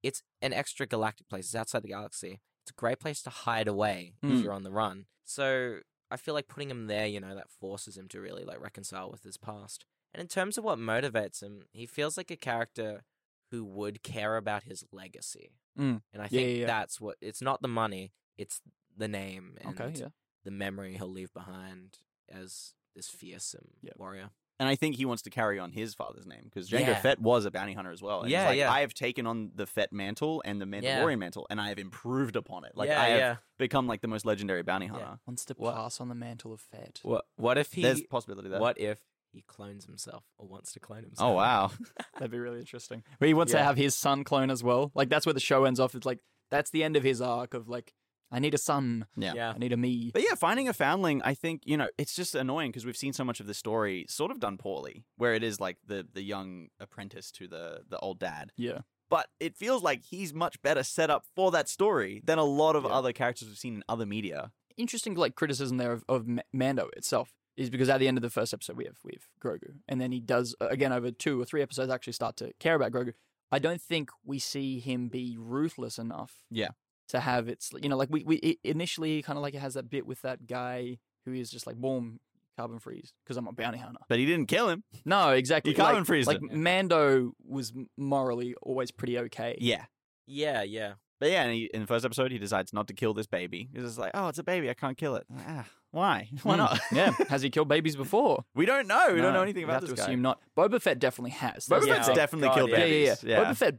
Speaker 3: it's an extra galactic place. It's outside the galaxy. It's a great place to hide away
Speaker 2: Hmm.
Speaker 1: Mm.
Speaker 3: if you're on the run. So I feel like putting him there, you know, that forces him to really like reconcile with his past. And in terms of what motivates him, he feels like a character who would care about his legacy.
Speaker 2: Mm.
Speaker 3: And I
Speaker 2: Yeah,
Speaker 3: think
Speaker 2: yeah, yeah.
Speaker 3: that's what it's not the money, it's the name and
Speaker 2: Okay, yeah.
Speaker 3: the memory he'll leave behind as this fearsome
Speaker 2: Yep.
Speaker 3: warrior.
Speaker 1: And I think he wants to carry on his father's name because Jango
Speaker 3: Yeah.
Speaker 1: Fett was a bounty hunter as well. And he's
Speaker 3: Yeah,
Speaker 1: like,
Speaker 3: yeah.
Speaker 1: I have taken on the Fett mantle and the Mandalorian
Speaker 3: Yeah.
Speaker 1: mantle, and I have improved upon it. Like
Speaker 3: yeah,
Speaker 1: I have
Speaker 3: yeah.
Speaker 1: become like the most legendary bounty
Speaker 3: Yeah.
Speaker 1: hunter.
Speaker 2: Wants to
Speaker 3: What?
Speaker 2: pass on the mantle of Fett.
Speaker 3: What what if he
Speaker 1: There's possibility there.
Speaker 3: what if he clones himself or wants to clone himself?
Speaker 1: Oh wow!
Speaker 2: That'd be really interesting. But he wants to
Speaker 3: Yeah.
Speaker 2: have his son clone as well. Like that's where the show ends off. It's like that's the end of his arc of like I need a son.
Speaker 1: Yeah.
Speaker 3: Yeah.
Speaker 2: I need a me.
Speaker 1: But yeah, finding a foundling, I think you know, it's just annoying because we've seen so much of this story sort of done poorly, where it is like the the young apprentice to the the old dad.
Speaker 2: Yeah.
Speaker 1: But it feels like he's much better set up for that story than a lot of
Speaker 2: Yeah.
Speaker 1: other characters we've seen in other media.
Speaker 2: Interesting like criticism there of, of Ma- Mando itself is because at the end of the first episode we have we have Grogu and then he does uh, again over two or three episodes actually start to care about Grogu. I don't think we see him be ruthless enough.
Speaker 1: Yeah.
Speaker 2: To have its you know like we we i initially he kind of like has that bit with that guy who is just like boom carbon freeze because I'm a bounty hunter.
Speaker 1: But he didn't kill him.
Speaker 2: No, exactly.
Speaker 1: He carbon
Speaker 2: like,
Speaker 1: freezed
Speaker 2: Like
Speaker 1: it.
Speaker 2: Mando was morally always pretty okay.
Speaker 1: Yeah.
Speaker 3: Yeah, yeah.
Speaker 1: But yeah, and he, in the first episode, he decides not to kill this baby. He's just like, oh, it's a baby. I can't kill it. Ah, why? Why
Speaker 2: Hmm.
Speaker 1: not?
Speaker 2: yeah. Has he killed babies before?
Speaker 1: we don't know. We don't
Speaker 2: No,
Speaker 1: know anything
Speaker 2: we'd
Speaker 1: about
Speaker 2: have
Speaker 1: this
Speaker 2: to
Speaker 1: guy.
Speaker 2: assume not. Boba Fett definitely has.
Speaker 1: Boba
Speaker 2: That's the
Speaker 1: Fett's
Speaker 2: thing.
Speaker 3: Yeah.
Speaker 1: definitely
Speaker 3: God,
Speaker 1: killed
Speaker 2: yeah, yeah,
Speaker 1: babies.
Speaker 2: yeah, Boba Fett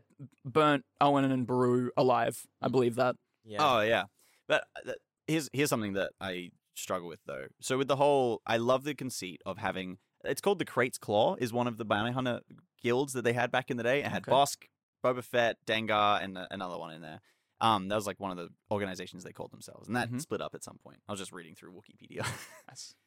Speaker 2: burnt Owen and Baru alive. I believe that.
Speaker 3: Yeah.
Speaker 1: Oh yeah, but uh, th- here's here's something that I struggle with though. So with the whole, I love the conceit of having. It's called the Crate's Claw. Is one of the bounty hunter guilds that they had back in the day. It had
Speaker 2: Okay.
Speaker 1: Bosk, Boba Fett, Dengar, and uh, another one in there. Um, that was like one of the organizations they called themselves, and that
Speaker 2: Mhm.
Speaker 1: split up at some point. I was just reading through Wikipedia.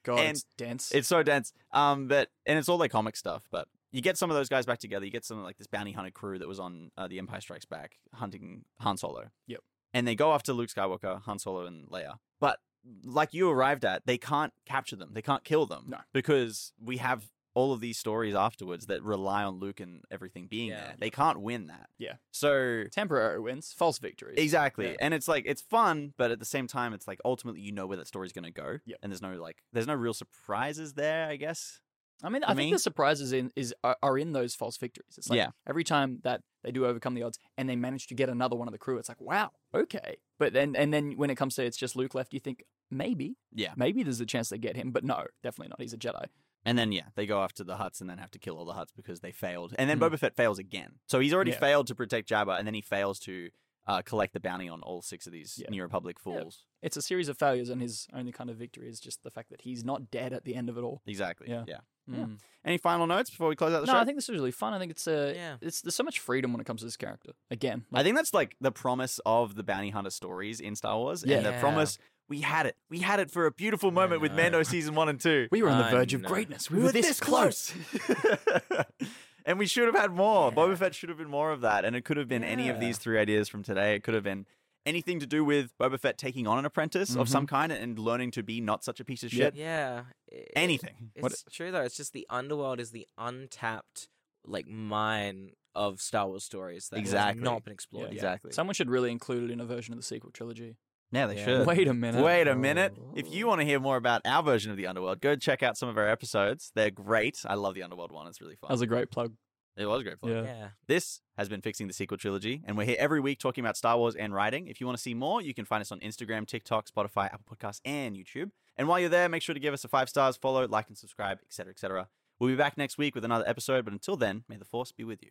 Speaker 2: God,
Speaker 1: And
Speaker 2: it's dense.
Speaker 1: It's so dense. Um, but and it's all like comic stuff. But you get some of those guys back together. You get some like this bounty hunter crew that was on uh, the Empire Strikes Back hunting Han Solo.
Speaker 2: Yep.
Speaker 1: And they go after Luke Skywalker, Han Solo, and Leia. But like you arrived at, they can't capture them. They can't kill them
Speaker 2: No.
Speaker 1: because we have all of these stories afterwards that rely on Luke and everything being
Speaker 3: Yeah.
Speaker 1: there. They can't win that.
Speaker 2: Yeah.
Speaker 1: So
Speaker 2: Temporary wins, false victories.
Speaker 1: Exactly.
Speaker 2: Yeah.
Speaker 1: And it's like it's fun, but at the same time it's like ultimately you know where that story's going to go.
Speaker 2: Yep.
Speaker 1: And there's no like there's no real surprises there, I guess.
Speaker 2: I mean,
Speaker 1: For
Speaker 2: I think
Speaker 1: me-
Speaker 2: the surprises in is are, are in those false victories. It's like
Speaker 1: Yeah.
Speaker 2: every time that they do overcome the odds and they manage to get another one of the crew, it's like wow, okay. But then and then when it comes to it's just Luke left, you think maybe,
Speaker 1: Yeah.
Speaker 2: maybe there's a chance they get him, but no, definitely not. He's a Jedi.
Speaker 1: And then yeah, they go after the huts and then have to kill all the huts because they failed. And then
Speaker 2: Mhm.
Speaker 1: Boba Fett fails again. So he's already
Speaker 2: Yeah.
Speaker 1: failed to protect Jabba and then he fails to uh, collect the bounty on all six of these
Speaker 2: Yeah.
Speaker 1: New Republic
Speaker 2: Yeah.
Speaker 1: fools.
Speaker 2: It's a series of failures, and his only kind of victory is just the fact that he's not dead at the end of it all.
Speaker 1: Exactly. Yeah.
Speaker 2: Yeah.
Speaker 1: Yeah. Any final notes before we close out the
Speaker 2: No,
Speaker 1: Hmm. show?
Speaker 2: I think this is really fun. I think it's a
Speaker 3: Yeah.
Speaker 2: it's there's so much freedom when it comes to this character. Again,
Speaker 1: I think that's like the promise of the bounty hunter stories in Star Wars, and the
Speaker 3: Yeah.
Speaker 1: promise we had it. We had it for a beautiful
Speaker 3: I
Speaker 1: moment with
Speaker 3: know.
Speaker 1: Mando season one and two.
Speaker 2: we were on the
Speaker 3: I
Speaker 2: verge of
Speaker 3: know.
Speaker 2: greatness. We, were, this, close.
Speaker 1: and we should have had more.
Speaker 3: Yeah.
Speaker 1: Boba Fett should have been more of that. And it could have been any of
Speaker 3: Yeah.
Speaker 1: these three ideas from today. It could have been anything to do with Boba Fett taking on an apprentice of
Speaker 2: Mhm.
Speaker 1: some kind and learning to be not such a piece of
Speaker 2: Yeah.
Speaker 1: shit.
Speaker 3: Yeah. i-
Speaker 1: Anything.
Speaker 3: It's
Speaker 1: What-
Speaker 3: true though. It's just the underworld is the untapped like mine of Star Wars stories that
Speaker 1: Exactly.
Speaker 3: has not been explored.
Speaker 2: Yeah.
Speaker 3: yet.
Speaker 1: Exactly.
Speaker 2: Someone should really include it in a version of the sequel trilogy.
Speaker 1: yeah, they
Speaker 3: Yeah.
Speaker 1: should.
Speaker 2: Wait a minute. Oh.
Speaker 1: Wait a minute. If you
Speaker 3: Ooh.
Speaker 1: want to hear more about our version of the Underworld, go check out some of our episodes. They're great. I love the Underworld one. It's really fun.
Speaker 2: That was a great plug.
Speaker 1: It was great fun.
Speaker 2: Yeah.
Speaker 3: yeah.
Speaker 1: This has been Fixing the Sequel Trilogy, and we're here every week talking about Star Wars and writing. If you want to see more, you can find us on Instagram, TikTok, Spotify, Apple Podcasts, and YouTube. And while you're there, make sure to give us a five stars, follow, like, and subscribe, etc., etc. We'll be back next week with another episode, but until then, may the force be with you.